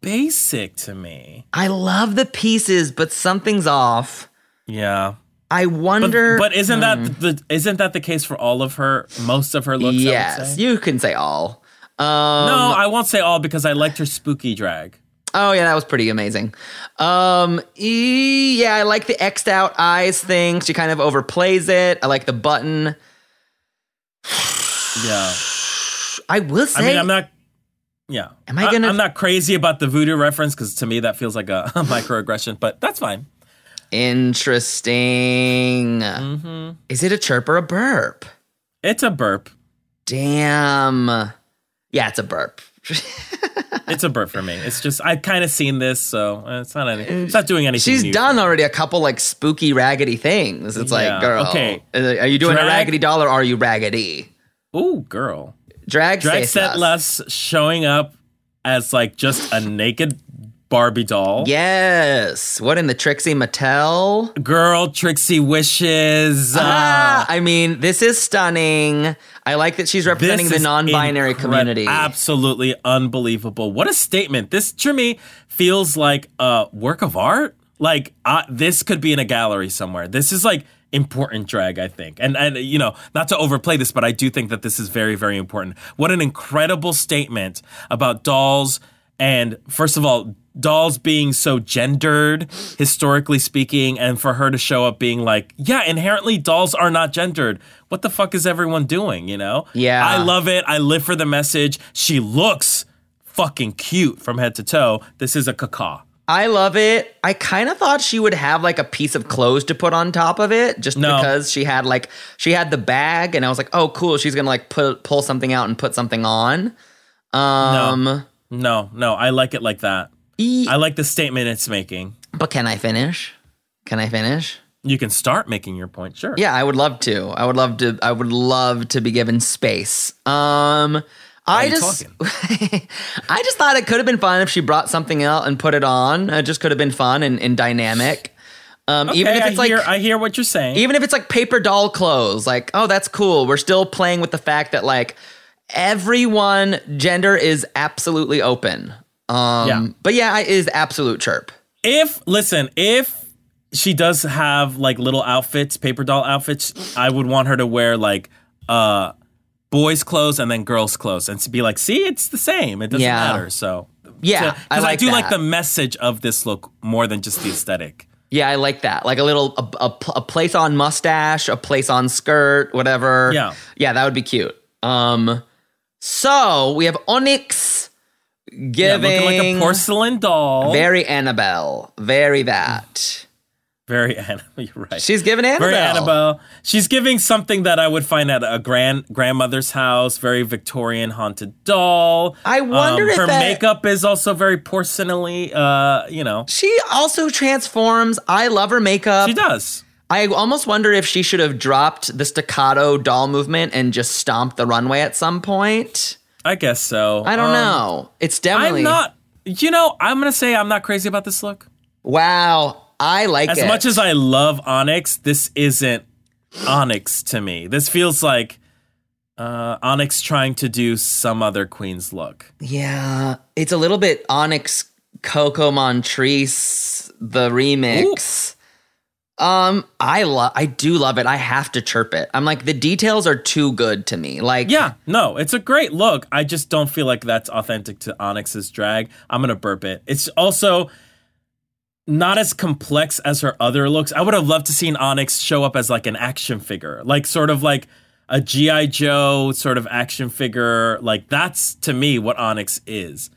Speaker 2: basic to me.
Speaker 1: I love the pieces, but something's off.
Speaker 2: Yeah.
Speaker 1: I
Speaker 2: But,
Speaker 1: wonder.
Speaker 2: but isn't that the isn't that the case for all of her most of her looks? I would
Speaker 1: yes,
Speaker 2: say?
Speaker 1: you can say all. Um,
Speaker 2: no, I won't say all because I liked her spooky drag.
Speaker 1: Oh yeah, that was pretty amazing. Um, e- yeah, I like the xed out eyes thing. She kind of overplays it. I like the button.
Speaker 2: Yeah.
Speaker 1: I will
Speaker 2: I
Speaker 1: say,
Speaker 2: mean, I'm not. Yeah.
Speaker 1: Am I gonna-
Speaker 2: I'm not crazy about the voodoo reference because to me that feels like a, a microaggression, but that's fine.
Speaker 1: interesting.
Speaker 2: Mm-hmm.
Speaker 1: Is it a chirp or a burp?
Speaker 2: It's a burp.
Speaker 1: Damn. Yeah, it's a burp.
Speaker 2: It's a burp for me. It's just I've kind of seen this, so uh, it's not any. It's not doing anything.
Speaker 1: She's
Speaker 2: new.
Speaker 1: done already a couple like spooky raggedy things. It's
Speaker 2: Yeah,
Speaker 1: like, girl,
Speaker 2: okay.
Speaker 1: uh, are you doing
Speaker 2: Drag-
Speaker 1: a raggedy doll or are you raggedy?
Speaker 2: Ooh, girl.
Speaker 1: Drag,
Speaker 2: Drag
Speaker 1: says
Speaker 2: set
Speaker 1: us.
Speaker 2: less showing up as like just a naked Barbie doll.
Speaker 1: Yes. What in the Trixie Mattel?
Speaker 2: Girl, Trixie wishes. uh,
Speaker 1: Ah, I mean, this is stunning. I like that she's
Speaker 2: this
Speaker 1: representing the
Speaker 2: is
Speaker 1: non-binary
Speaker 2: incre-
Speaker 1: community.
Speaker 2: Absolutely unbelievable. What a statement. This to me feels like a work of art. Like uh, this could be in a gallery somewhere. This is like important drag, I think. And and you know, not to overplay this, but I do think that this is very very important. What an incredible statement about dolls and first of all dolls being so gendered historically speaking and for her to show up being like yeah inherently dolls are not gendered what the fuck is everyone doing you know
Speaker 1: Yeah.
Speaker 2: i love it i live for the message she looks fucking cute from head to toe this is a caca
Speaker 1: I love it. I kind of thought she would have like a piece of clothes to put on top of it just
Speaker 2: No.
Speaker 1: because she had like she had the bag and I was like, "Oh, cool, she's going to like put pull something out and put something on." Um
Speaker 2: no no i like it like that
Speaker 1: e-
Speaker 2: i like the statement it's making
Speaker 1: But can I finish? Can I finish?
Speaker 2: you can start making your point sure
Speaker 1: Yeah, I would love to. I would love to. I would love to be given space. Um, I
Speaker 2: you
Speaker 1: just, I just thought it could have been fun if she brought something out and put it on. It just could have been fun and, and dynamic. Um, even
Speaker 2: Okay,
Speaker 1: if it's
Speaker 2: I
Speaker 1: like,
Speaker 2: hear, I hear what you're saying
Speaker 1: even if it's like paper doll clothes, like, oh, that's cool. We're still playing with the fact that like everyone gender is absolutely open. Um,
Speaker 2: Yeah.
Speaker 1: but yeah, it is absolute chirp.
Speaker 2: if listen if she does have like little outfits paper doll outfits i would want her to wear like uh boys clothes and then girls clothes and to be like see it's the same it doesn't
Speaker 1: Yeah.
Speaker 2: matter so
Speaker 1: Yeah,
Speaker 2: because
Speaker 1: I
Speaker 2: I,
Speaker 1: like
Speaker 2: do like
Speaker 1: that.
Speaker 2: the message of this look more than just the aesthetic
Speaker 1: Yeah, I like that. Like a little a, a, pl- a place on mustache, a place on skirt, whatever.
Speaker 2: Yeah.
Speaker 1: Yeah, that would be cute. Um so we have Onyx
Speaker 2: yeah,
Speaker 1: giving
Speaker 2: looking like a porcelain doll
Speaker 1: very Annabelle, very that.
Speaker 2: Very Annabelle. You're right.
Speaker 1: She's giving Annabelle.
Speaker 2: very Annabelle. She's giving something that I would find at a grand grandmother's house. Very Victorian haunted doll. Um,
Speaker 1: I wonder if
Speaker 2: her
Speaker 1: that-
Speaker 2: makeup is also very porcelainly. Uh, you know,
Speaker 1: She also transforms. I love her makeup.
Speaker 2: she does.
Speaker 1: I almost wonder if she should have dropped the staccato doll movement and just stomped the runway at some point.
Speaker 2: I guess so.
Speaker 1: I don't
Speaker 2: Um,
Speaker 1: know. It's definitely
Speaker 2: I'm not. You know, I'm gonna say I'm not crazy about this look.
Speaker 1: Wow, I like
Speaker 2: As
Speaker 1: it.
Speaker 2: much as I love Onyx, this isn't Onyx to me. This feels like uh, Onyx trying to do some other Queen's look.
Speaker 1: yeah, it's a little bit Onyx Coco Montrese the remix. Um, I love. I do love it. I have to chirp it. I'm like the details are too good to me. Like
Speaker 2: Yeah, no, it's a great look. I just don't feel like that's authentic to Onyx's drag. I'm gonna burp it. It's also not as complex as her other looks. I would have loved to seen Onyx show up as like an action figure, like sort of like a GI Joe sort of action figure. Like that's to me what Onyx is.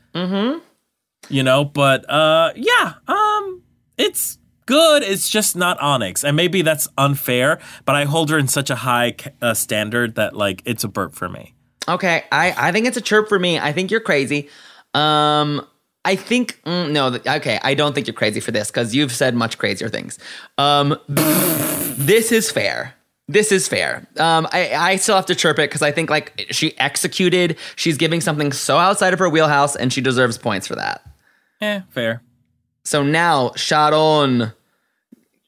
Speaker 2: Mm-hmm. You know, but uh, yeah, um, it's good. It's just not Onyx, and maybe that's unfair. But I hold her in such a high uh, standard that like it's a burp for me.
Speaker 1: Okay, I I think it's a chirp for me. I think you're crazy. Um, I think mm, no. th- Okay, I don't think you're crazy for this because you've said much crazier things. Um, this is fair. This is fair. Um, I I still have to chirp it because I think like she executed. She's giving something so outside of her wheelhouse, and she deserves points for that.
Speaker 2: Eh, fair.
Speaker 1: So now Sharon.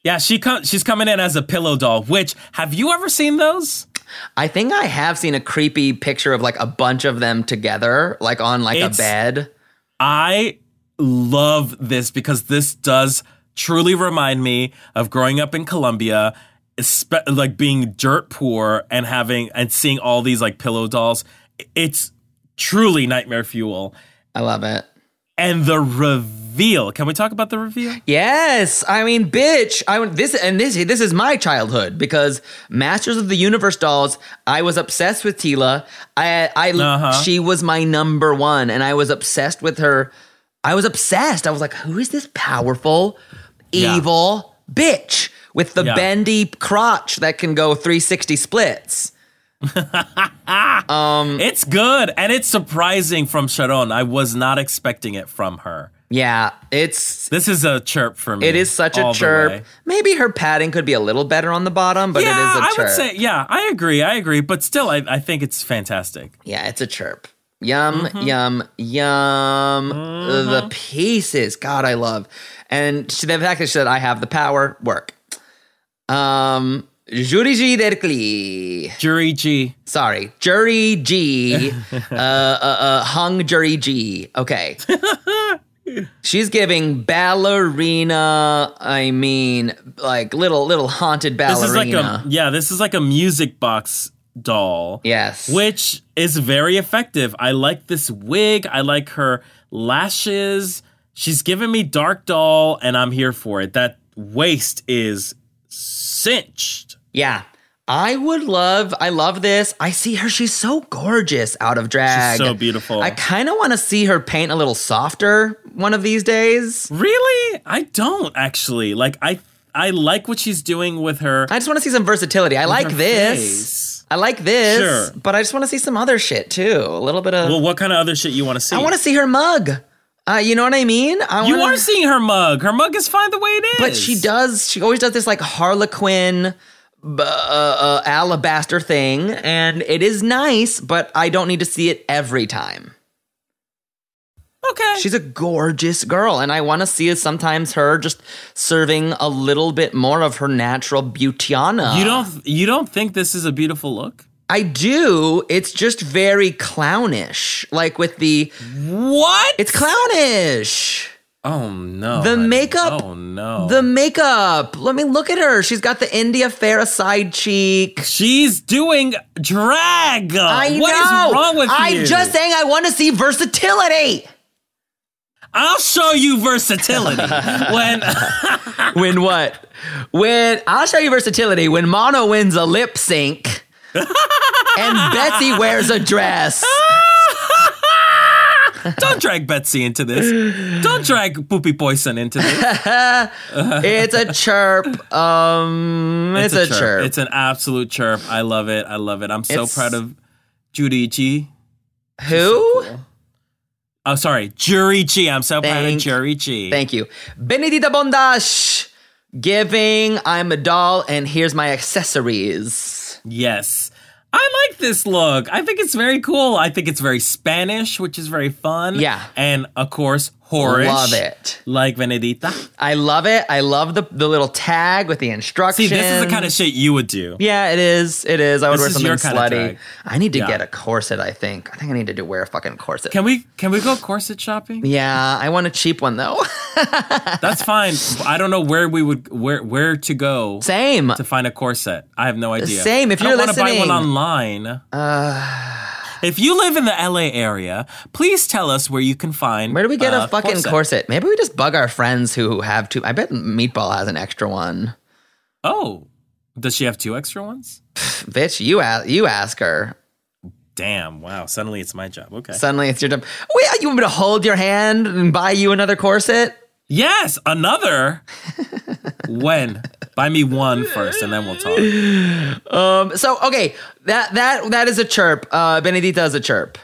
Speaker 2: Yeah, she com- she's coming in as a pillow doll. Which have you ever seen those?
Speaker 1: I think I have seen a creepy picture of like a bunch of them together, like on like
Speaker 2: It's-
Speaker 1: a bed.
Speaker 2: I love this because this does truly remind me of growing up in Colombia, espe- like being dirt poor and having and seeing all these like pillow dolls. It's truly nightmare fuel.
Speaker 1: I love it.
Speaker 2: And the reveal. Can we talk about the reveal?
Speaker 1: Yes, I mean, bitch. I went- this and this. This is my childhood because Masters of the Universe dolls. I was obsessed with Tila. I, I,
Speaker 2: Uh-huh.
Speaker 1: she was my number one, and I was obsessed with her. I was obsessed. I was like, who is this powerful,
Speaker 2: Yeah.
Speaker 1: evil bitch with the
Speaker 2: Yeah.
Speaker 1: bendy crotch that can go 360 splits? Mm.
Speaker 2: It's good and it's surprising from Sharon. I was not expecting it from her.
Speaker 1: Yeah, it's
Speaker 2: This is a chirp for me.
Speaker 1: it is such
Speaker 2: all
Speaker 1: a
Speaker 2: the way.
Speaker 1: chirp. Maybe her padding could be a little better on the bottom, but
Speaker 2: yeah,
Speaker 1: it is a
Speaker 2: I
Speaker 1: chirp.
Speaker 2: would say, yeah, I agree, I agree, but still, I, I think it's fantastic.
Speaker 1: Yeah, it's a chirp. Yum,
Speaker 2: Mm-hmm.
Speaker 1: yum, yum. The pieces. God, I love. And she, the fact that she said, I have the power, work. Um, Jury G. Derkli.
Speaker 2: Jury G.
Speaker 1: Sorry. Jury G. uh, uh, uh, hung Jury G. Okay. She's giving ballerina, I mean, like little, little haunted
Speaker 2: This
Speaker 1: ballerina.
Speaker 2: is like a yeah, this is like a music box doll.
Speaker 1: yes.
Speaker 2: Which is very effective. I like this wig. I like her lashes. She's giving me dark doll and I'm here for it. That waist is cinched.
Speaker 1: Yeah. I would love, I love this. I see her. She's so gorgeous out of drag.
Speaker 2: so beautiful.
Speaker 1: I kind of want to see her paint a little softer one of these days.
Speaker 2: Really? I don't actually. Like I I like what she's doing with her.
Speaker 1: I just want to see some versatility. I like
Speaker 2: her
Speaker 1: this.
Speaker 2: face.
Speaker 1: I like this.
Speaker 2: Sure.
Speaker 1: But I just want to see some other shit too. A little bit of.
Speaker 2: Well, what kind of other shit you want to see?
Speaker 1: I want to see her mug. Uh, you know what I mean? I
Speaker 2: You
Speaker 1: wanna-
Speaker 2: are seeing her mug. Her mug is fine the way it is.
Speaker 1: But she does. She always does this like Harlequin b- uh, uh, alabaster thing, and it is nice. But I don't need to see it every time.
Speaker 2: Okay.
Speaker 1: She's a gorgeous girl, and I want to see sometimes her just serving a little bit more of her natural beautiana.
Speaker 2: You don't you don't think this is a beautiful look?
Speaker 1: I do. It's just very clownish, like with the.
Speaker 2: What?
Speaker 1: It's clownish.
Speaker 2: oh no.
Speaker 1: The
Speaker 2: honey.
Speaker 1: makeup-
Speaker 2: Oh no.
Speaker 1: The makeup. Let me look at her. She's got the India Farah side cheek.
Speaker 2: She's doing drag.
Speaker 1: I know.
Speaker 2: Oh, What is wrong with
Speaker 1: I'm
Speaker 2: you?
Speaker 1: just saying. I want to see versatility.
Speaker 2: I'll show you versatility when
Speaker 1: when what? When I'll show you versatility. When Mono wins a lip sync, and Betsy wears a dress.
Speaker 2: Don't drag Betsy into this. Don't drag Poopy Poison into this.
Speaker 1: It's a chirp. Um, it's, a, chirp.
Speaker 2: It's an absolute chirp. I love it. I love it. I'm so
Speaker 1: It's-
Speaker 2: proud of Judici.
Speaker 1: Who?
Speaker 2: Oh, sorry, Jurici. I'm so proud of
Speaker 1: Thank-
Speaker 2: Jurici.
Speaker 1: Thank you. Benedita Bondash giving I'm a doll and here's my accessories.
Speaker 2: Yes. I like this look. I think it's very cool. I think it's very Spanish, which is very fun.
Speaker 1: Yeah.
Speaker 2: And of course, horish.
Speaker 1: Love it.
Speaker 2: Like Benedita.
Speaker 1: I love it. I love the, the little tag with the
Speaker 2: See,
Speaker 1: instructions.
Speaker 2: this is the kind of shit you would do.
Speaker 1: Yeah, it is. It is. I would
Speaker 2: This
Speaker 1: wear
Speaker 2: is
Speaker 1: something
Speaker 2: your kind of
Speaker 1: slutty.
Speaker 2: tag.
Speaker 1: I need to
Speaker 2: Yeah.
Speaker 1: get a corset, I think. I think I need to do wear a fucking corset.
Speaker 2: Can we can we go corset shopping?
Speaker 1: yeah, I want a cheap one though.
Speaker 2: That's fine. I don't know where we would where where to go
Speaker 1: Same.
Speaker 2: to find a corset. I have no idea.
Speaker 1: Same, if
Speaker 2: I don't
Speaker 1: you're
Speaker 2: wanna buy
Speaker 1: listening. Uh.
Speaker 2: one online. if you live in the LA area, please tell us where you can find.
Speaker 1: Where do we get
Speaker 2: uh,
Speaker 1: a fucking corset? Maybe we just bug our friends who have two. I bet Meatball has an extra one.
Speaker 2: Oh, does she have two extra ones?
Speaker 1: Bitch, you ask, you ask her.
Speaker 2: Damn! Wow! Suddenly it's my job. Okay.
Speaker 1: Suddenly it's your time. Wait, you want me to hold your hand and buy you another corset?
Speaker 2: yes, another. when buy me one first, and then we'll talk.
Speaker 1: Um, so okay, that that that is a chirp. Uh, Benedita is a chirp.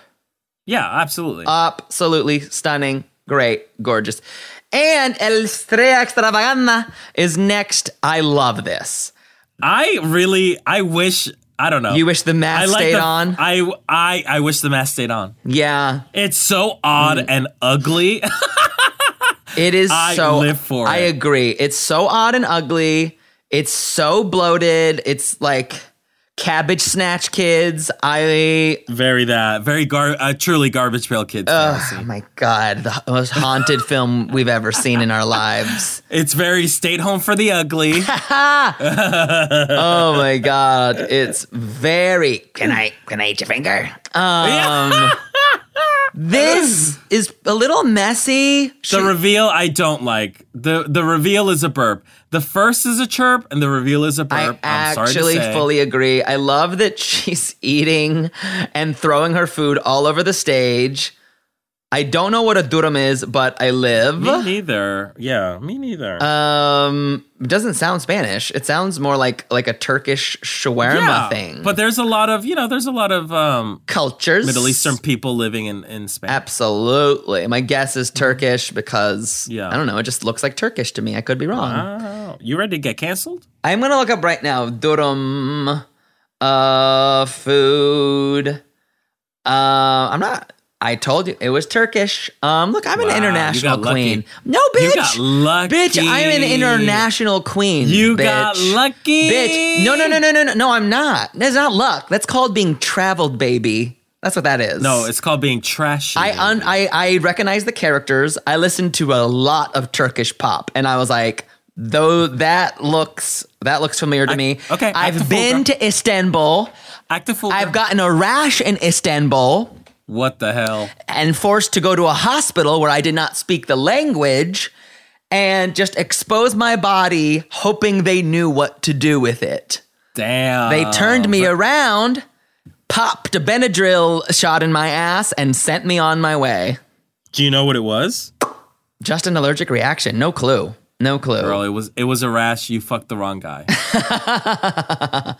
Speaker 2: Yeah, absolutely.
Speaker 1: Uh, Absolutely stunning, great, gorgeous. And El Estrella Extravagana is next. I love this.
Speaker 2: I really, I wish. I don't know.
Speaker 1: You wish the mask stayed
Speaker 2: the,
Speaker 1: on?
Speaker 2: I, I, I wish the mask stayed on.
Speaker 1: Yeah,
Speaker 2: It's so odd
Speaker 1: Mm.
Speaker 2: and ugly.
Speaker 1: It is
Speaker 2: I
Speaker 1: so.
Speaker 2: live for
Speaker 1: I
Speaker 2: it.
Speaker 1: agree. It's so odd and ugly. It's so bloated. It's like cabbage snatch kids. I
Speaker 2: very that. Very gar. Uh, truly garbage pail kids.
Speaker 1: oh
Speaker 2: fantasy.
Speaker 1: my god, the most haunted film we've ever seen in our lives.
Speaker 2: It's very stayed home for the ugly.
Speaker 1: Oh my god, it's very. Can I can I eat your finger? Um, this is a little messy.
Speaker 2: the reveal I don't like. the The reveal is a burp. The first is a chirp, and the reveal is a
Speaker 1: I
Speaker 2: burp. am sorry
Speaker 1: actually
Speaker 2: to say.
Speaker 1: fully agree. I love that she's eating and throwing her food all over the stage. I don't know what a durum is, but I
Speaker 2: Me
Speaker 1: live.
Speaker 2: neither. Yeah, me neither.
Speaker 1: Um, it doesn't sound Spanish. It sounds more like like a Turkish shawarma
Speaker 2: yeah,
Speaker 1: thing.
Speaker 2: but there's a lot of you know. There's a lot of um,
Speaker 1: cultures,
Speaker 2: Middle Eastern people living in in Spain.
Speaker 1: Absolutely. My guess is Turkish because
Speaker 2: Mm-hmm. Yeah.
Speaker 1: I don't know. It just looks like Turkish to me. I could be wrong.
Speaker 2: Oh, you ready to get canceled?
Speaker 1: I'm gonna look up right now. Durum, uh, food. Uh, I'm not. I told you it was Turkish. Um, look, I'm
Speaker 2: Wow,
Speaker 1: an
Speaker 2: you
Speaker 1: international
Speaker 2: got lucky.
Speaker 1: queen. No, bitch.
Speaker 2: You got lucky.
Speaker 1: Bitch, I'm an international queen.
Speaker 2: You
Speaker 1: bitch.
Speaker 2: got lucky.
Speaker 1: Bitch. No, no, no, no, no, no. No, I'm not. That's not luck. That's called being traveled, baby. That's what that is.
Speaker 2: No, it's called being trashy.
Speaker 1: I, un- I I recognize the characters. I listened to a lot of Turkish pop, and I was like, though that looks that looks familiar to me.
Speaker 2: okay, act the
Speaker 1: I've
Speaker 2: fool,
Speaker 1: been to Istanbul.
Speaker 2: act a fool.
Speaker 1: I've gotten a rash in Istanbul
Speaker 2: what the hell?
Speaker 1: and forced to go to a hospital where I did not speak the language and just expose my body, hoping they knew what to do with it.
Speaker 2: Damn.
Speaker 1: They turned me around, popped a Benadryl shot in my ass, and sent me on my way.
Speaker 2: Do you know what it was?
Speaker 1: Just an allergic reaction. No clue. No clue.
Speaker 2: Girl, it was it was a rash. You fucked the wrong guy.
Speaker 1: it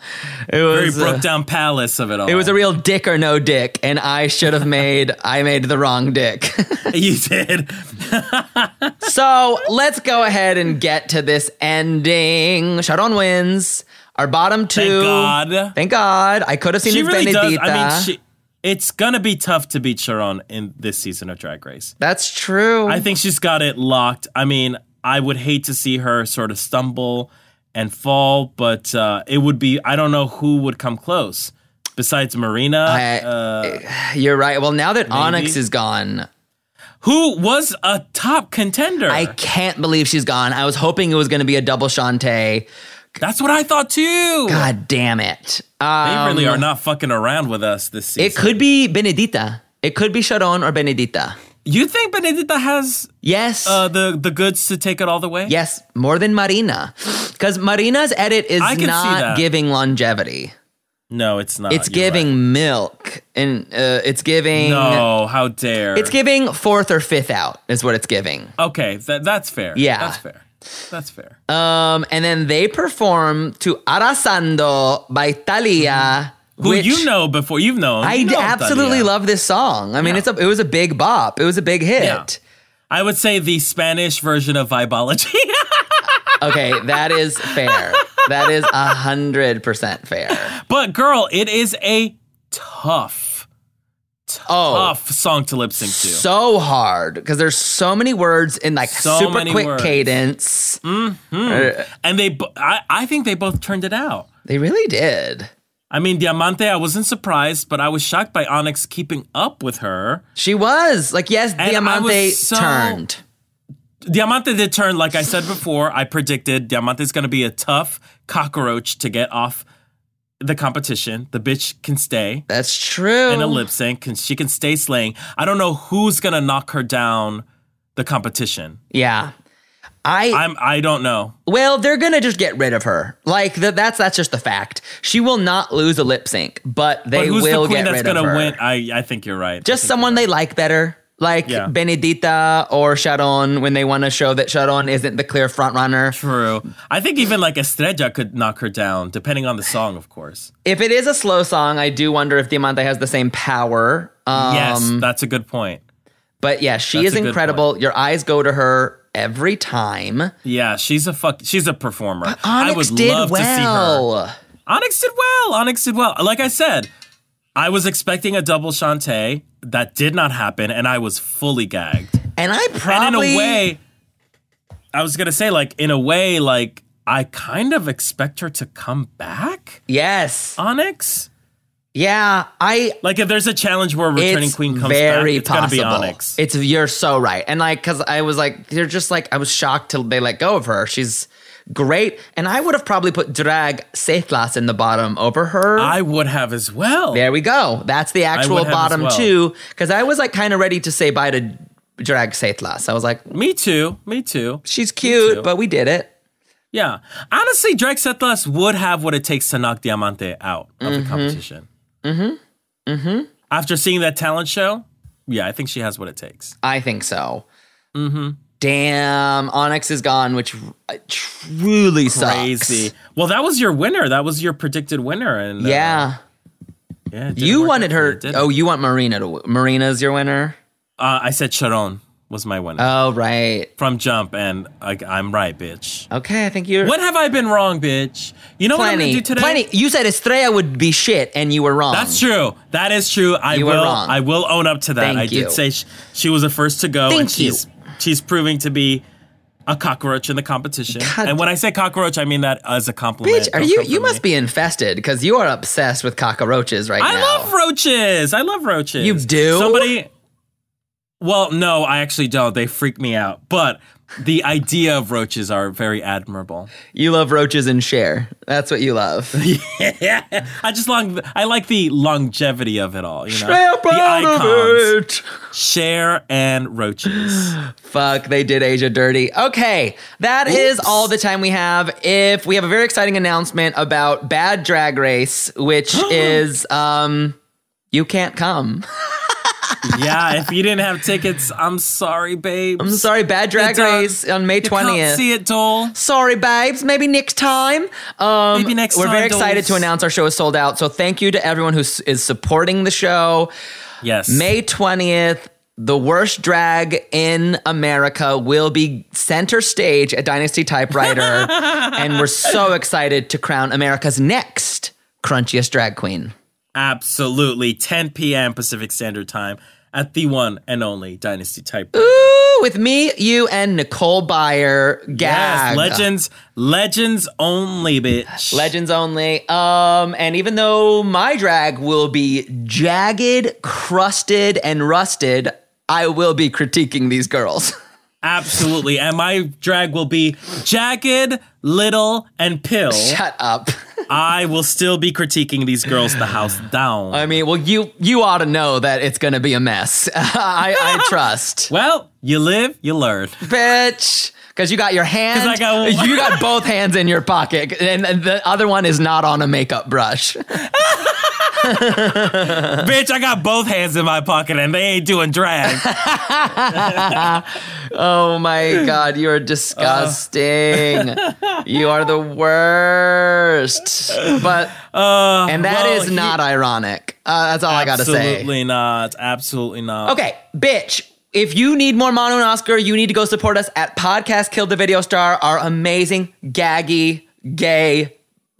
Speaker 2: Very
Speaker 1: was. uh,
Speaker 2: broke down palace of it all.
Speaker 1: it was a real dick or no dick, and I should have made. I made the wrong dick.
Speaker 2: you did.
Speaker 1: so let's go ahead and get to this ending. Sharon wins. Our bottom two.
Speaker 2: Thank God.
Speaker 1: Thank God. I could have seen
Speaker 2: She
Speaker 1: it's
Speaker 2: really
Speaker 1: Benedita.
Speaker 2: does. I mean, she. It's gonna be tough to beat Sharon in this season of Drag Race.
Speaker 1: That's true.
Speaker 2: I think she's got it locked. I mean, I would hate to see her sort of stumble and fall, but uh, it would be, I don't know who would come close besides Marina.
Speaker 1: I-
Speaker 2: uh,
Speaker 1: You're right. Well, now that Onyx is gone,
Speaker 2: who was a top contender?
Speaker 1: I can't believe she's gone. I was hoping it was going to be a double Shantae.
Speaker 2: That's what I thought too.
Speaker 1: God damn it.
Speaker 2: they
Speaker 1: Um,
Speaker 2: really are not fucking around with us this season.
Speaker 1: It could be Benedita. It could be Sharon or Benedita.
Speaker 2: you think Benedita has
Speaker 1: Yes.
Speaker 2: uh, the, the goods to take it all the way?
Speaker 1: yes, more than Marina. Because Marina's edit is
Speaker 2: I can see that.
Speaker 1: not giving longevity.
Speaker 2: No, it's not.
Speaker 1: It's
Speaker 2: You're
Speaker 1: giving
Speaker 2: right.
Speaker 1: milk, and uh, it's giving.
Speaker 2: No, how dare.
Speaker 1: It's giving fourth or fifth out is what it's giving.
Speaker 2: Okay, that, that's fair.
Speaker 1: Yeah.
Speaker 2: That's fair. That's fair.
Speaker 1: Um, and then they perform to Arasando by Thalia,
Speaker 2: Who
Speaker 1: which
Speaker 2: you know before you've known.
Speaker 1: I
Speaker 2: you
Speaker 1: d-
Speaker 2: know
Speaker 1: absolutely
Speaker 2: Thalia.
Speaker 1: love this song. I mean, it's a it was a big bop. It was a big hit.
Speaker 2: Yeah. I would say the Spanish version of Vibology.
Speaker 1: Okay, that is fair. that is a hundred percent fair.
Speaker 2: but girl, it is a tough,
Speaker 1: Oh,
Speaker 2: tough song to lip sync to.
Speaker 1: so hard because there's so many words in like
Speaker 2: So
Speaker 1: super
Speaker 2: many
Speaker 1: quick
Speaker 2: words. Mm.
Speaker 1: cadence.
Speaker 2: and they, bo- I, I think they both turned it out.
Speaker 1: They really did.
Speaker 2: I mean, Diamante, I wasn't surprised, but I was shocked by Onyx keeping up with her.
Speaker 1: She was like, yes,
Speaker 2: I
Speaker 1: Diamante
Speaker 2: was so-
Speaker 1: turned.
Speaker 2: Diamante did turn, like I said before, I predicted Diamante's going to be a tough cockroach to get off the competition. The bitch can stay
Speaker 1: That's true.
Speaker 2: in a lip sync, and she can stay slaying. I don't know who's going to knock her down the competition.
Speaker 1: Yeah. I
Speaker 2: I'm, I don't know.
Speaker 1: well, they're gonna just get rid of her. Like th- that's that's just the fact. She will not lose a lip sync, but
Speaker 2: But
Speaker 1: they
Speaker 2: who's
Speaker 1: will
Speaker 2: the queen
Speaker 1: get
Speaker 2: that's
Speaker 1: rid of
Speaker 2: gonna
Speaker 1: her.
Speaker 2: win? I, I think you're right.
Speaker 1: Just someone they like better, like
Speaker 2: Yeah.
Speaker 1: Benedita or Sharon, when they want to show that Sharon isn't the clear front runner.
Speaker 2: True. I think even like Estrella could knock her down, depending on the song, of course.
Speaker 1: If it is a slow song, I do wonder if Diamante has the same power. Um,
Speaker 2: yes, that's a good point.
Speaker 1: But yeah, she
Speaker 2: That's
Speaker 1: is
Speaker 2: a good
Speaker 1: incredible. Your eyes go to her every time.
Speaker 2: Yeah, she's a fuck. She's a performer. I
Speaker 1: Uh, Onyx
Speaker 2: would
Speaker 1: did
Speaker 2: love to see her.
Speaker 1: well.
Speaker 2: Onyx did well. Onyx did well. Like I said, I was expecting a double Shantae. That did not happen, and I was fully gagged.
Speaker 1: And I
Speaker 2: and
Speaker 1: probably
Speaker 2: in a way, I was gonna say, like, in a way, like, I kind of expect her to come back,
Speaker 1: Yes.
Speaker 2: Onyx.
Speaker 1: Yeah, I
Speaker 2: Like, if there's a challenge where a returning
Speaker 1: it's
Speaker 2: queen comes
Speaker 1: very
Speaker 2: back,
Speaker 1: possible.
Speaker 2: it's gonna be Onyx.
Speaker 1: It's you're so right. And like cuz I was like they're just like I was shocked till they let go of her. She's great. And I would have probably put drag Seithlas in the bottom over her.
Speaker 2: I would have as well.
Speaker 1: there we go. That's the actual
Speaker 2: have as
Speaker 1: bottom
Speaker 2: well.
Speaker 1: two cuz I was like kind of ready to say bye to drag Seithlas. I was like
Speaker 2: Me too. Me too.
Speaker 1: she's
Speaker 2: too.
Speaker 1: cute, but we did it.
Speaker 2: Yeah. Honestly, Drake Setlas would have what it takes to knock Diamante out of the competition. Mm-hmm. Mm-hmm.
Speaker 1: Mm-hmm.
Speaker 2: After seeing that talent show, yeah, I think she has what it takes.
Speaker 1: I think so.
Speaker 2: Mm-hmm.
Speaker 1: Damn, Onyx is gone, which uh, truly sucks.
Speaker 2: Crazy. Well, that was your winner. That was your predicted winner, and uh,
Speaker 1: Yeah.
Speaker 2: yeah, it didn't
Speaker 1: You
Speaker 2: work
Speaker 1: wanted
Speaker 2: out for
Speaker 1: her.
Speaker 2: you, did it?
Speaker 1: oh, you want Marina to. w- Marina's your winner.
Speaker 2: uh, I said Sharon was my winner
Speaker 1: Oh right.
Speaker 2: from Jump, and I, I'm right, bitch.
Speaker 1: Okay, I think you're.
Speaker 2: When have I been wrong, bitch? You know what I'm
Speaker 1: Plenty.
Speaker 2: gonna do today?
Speaker 1: Plenty. You said Estrella would be shit, and you were wrong.
Speaker 2: That's true. That is true. I
Speaker 1: Um, You were
Speaker 2: will.
Speaker 1: wrong.
Speaker 2: I will own up to that.
Speaker 1: Thank
Speaker 2: I
Speaker 1: you.
Speaker 2: did say she, she was the first to go, and
Speaker 1: Thank you.
Speaker 2: she's she's proving to be a cockroach in the competition.
Speaker 1: God.
Speaker 2: And when I say cockroach, I mean that as a compliment.
Speaker 1: Bitch, are
Speaker 2: Don't
Speaker 1: you?
Speaker 2: come for
Speaker 1: You must
Speaker 2: me.
Speaker 1: be infested because you are obsessed with cockroaches right
Speaker 2: I
Speaker 1: now.
Speaker 2: love roaches. I love roaches.
Speaker 1: You do?
Speaker 2: Somebody. Well, no, I actually don't. They freak me out. But the idea of roaches are very admirable.
Speaker 1: you love roaches and share. That's what you love.
Speaker 2: I just long. I like the longevity of it all. You know,
Speaker 1: Snap
Speaker 2: the
Speaker 1: out of
Speaker 2: icons,
Speaker 1: it.
Speaker 2: share and roaches.
Speaker 1: Fuck, they did Asia dirty. Okay, that is all the time we have. If we have a very exciting announcement about Bad Drag Race, which is um, you can't come.
Speaker 2: yeah, if you didn't have tickets, I'm sorry, babe.
Speaker 1: I'm sorry, Bad Drag Race on May
Speaker 2: um, Can't
Speaker 1: 20th.
Speaker 2: see it, doll.
Speaker 1: Sorry, babes. Maybe next time. Um,
Speaker 2: Maybe next
Speaker 1: We're very
Speaker 2: time,
Speaker 1: excited to
Speaker 2: dolls.
Speaker 1: announce our show is sold out. So thank you to everyone who s- is supporting the show.
Speaker 2: Yes.
Speaker 1: May 20th, the worst drag in America will be center stage at Dynasty Typewriter. and we're so excited to crown America's next crunchiest drag queen.
Speaker 2: Absolutely. 10 p.m. Pacific Standard Time at the one and only Dynasty Type.
Speaker 1: Ooh, with me, you, and Nicole Byer. Gag.
Speaker 2: Yes, legends, legends only, bitch.
Speaker 1: Legends only. Um, and even though my drag will be jagged, crusted, and rusted, I will be critiquing these girls.
Speaker 2: Absolutely. And my drag will be jagged, little, and pill.
Speaker 1: Shut up.
Speaker 2: I will still be critiquing these girls the house down.
Speaker 1: I mean, well, you you ought to know that it's gonna be a mess. I, I trust,
Speaker 2: well, you live, you learn.
Speaker 1: bitch. because you got your hand,
Speaker 2: 'Cause I got-
Speaker 1: you got both hands in your pocket, and and the other one is not on a makeup brush.
Speaker 2: Bitch, I got both hands in my pocket and they ain't doing drag.
Speaker 1: Oh my god, you are
Speaker 2: Uh.
Speaker 1: disgusting. you are the worst. But
Speaker 2: Uh,
Speaker 1: and that is
Speaker 2: well, he-
Speaker 1: not ironic. Uh, that's all I gotta say.
Speaker 2: Absolutely not. Absolutely not.
Speaker 1: Okay, bitch. If you need more Mono and Oscar, you need to go support us at Podcast Kill the Video Star, our amazing, gaggy, gay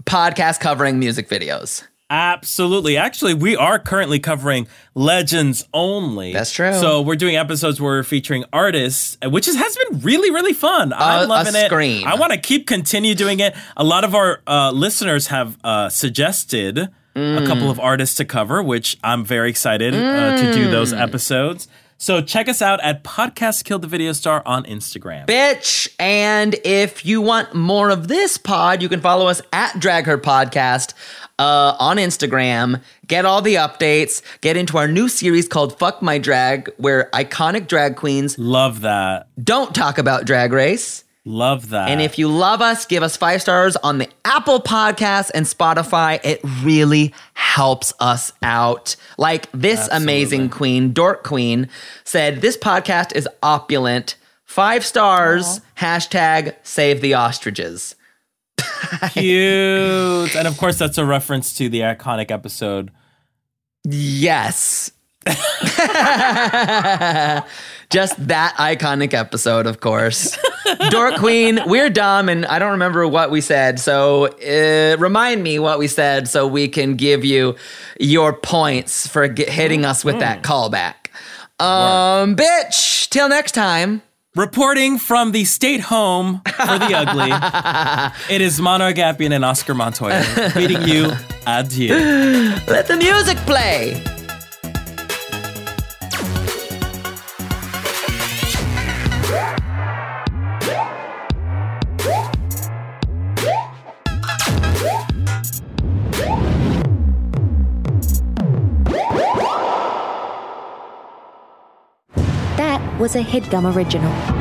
Speaker 1: podcast covering music videos.
Speaker 2: Absolutely. Actually, we are currently covering legends only.
Speaker 1: That's true.
Speaker 2: So we're doing episodes where we're featuring artists, uh, which is, has been really, really fun.
Speaker 1: A- a
Speaker 2: I'm loving it.
Speaker 1: scream.
Speaker 2: I want to keep continue doing it. A lot of our uh, listeners have uh, suggested
Speaker 1: Mm.
Speaker 2: a couple of artists to cover, which I'm very excited uh, to do those
Speaker 1: Mm.
Speaker 2: episodes. So check us out at Podcast Killed the Video Star on Instagram.
Speaker 1: Bitch. And if you want more of this pod, you can follow us at Drag Her Podcast uh, on Instagram. Get all the updates. Get into our new series called Fuck My Drag, where iconic drag queens
Speaker 2: Love that.
Speaker 1: don't talk about drag race.
Speaker 2: Love that.
Speaker 1: And if you love us, give us five stars on the Apple Podcasts and Spotify. It really helps us out. Like this amazing queen, Dork Queen, said, This podcast is opulent. Five stars, hashtag save the ostriches.
Speaker 2: cute. And of course, that's a reference to the iconic episode.
Speaker 1: Yes. Just that iconic episode, of course. Dork Queen, we're dumb, and I don't remember what we said. So uh, remind me what we said so we can give you your points for get, hitting us with that callback. Um, bitch, till next time.
Speaker 2: Reporting from the state home for the ugly, it is Monarch Appian and Oscar Montoya bidding you adieu.
Speaker 1: Let the music play.
Speaker 5: That was a headgum original.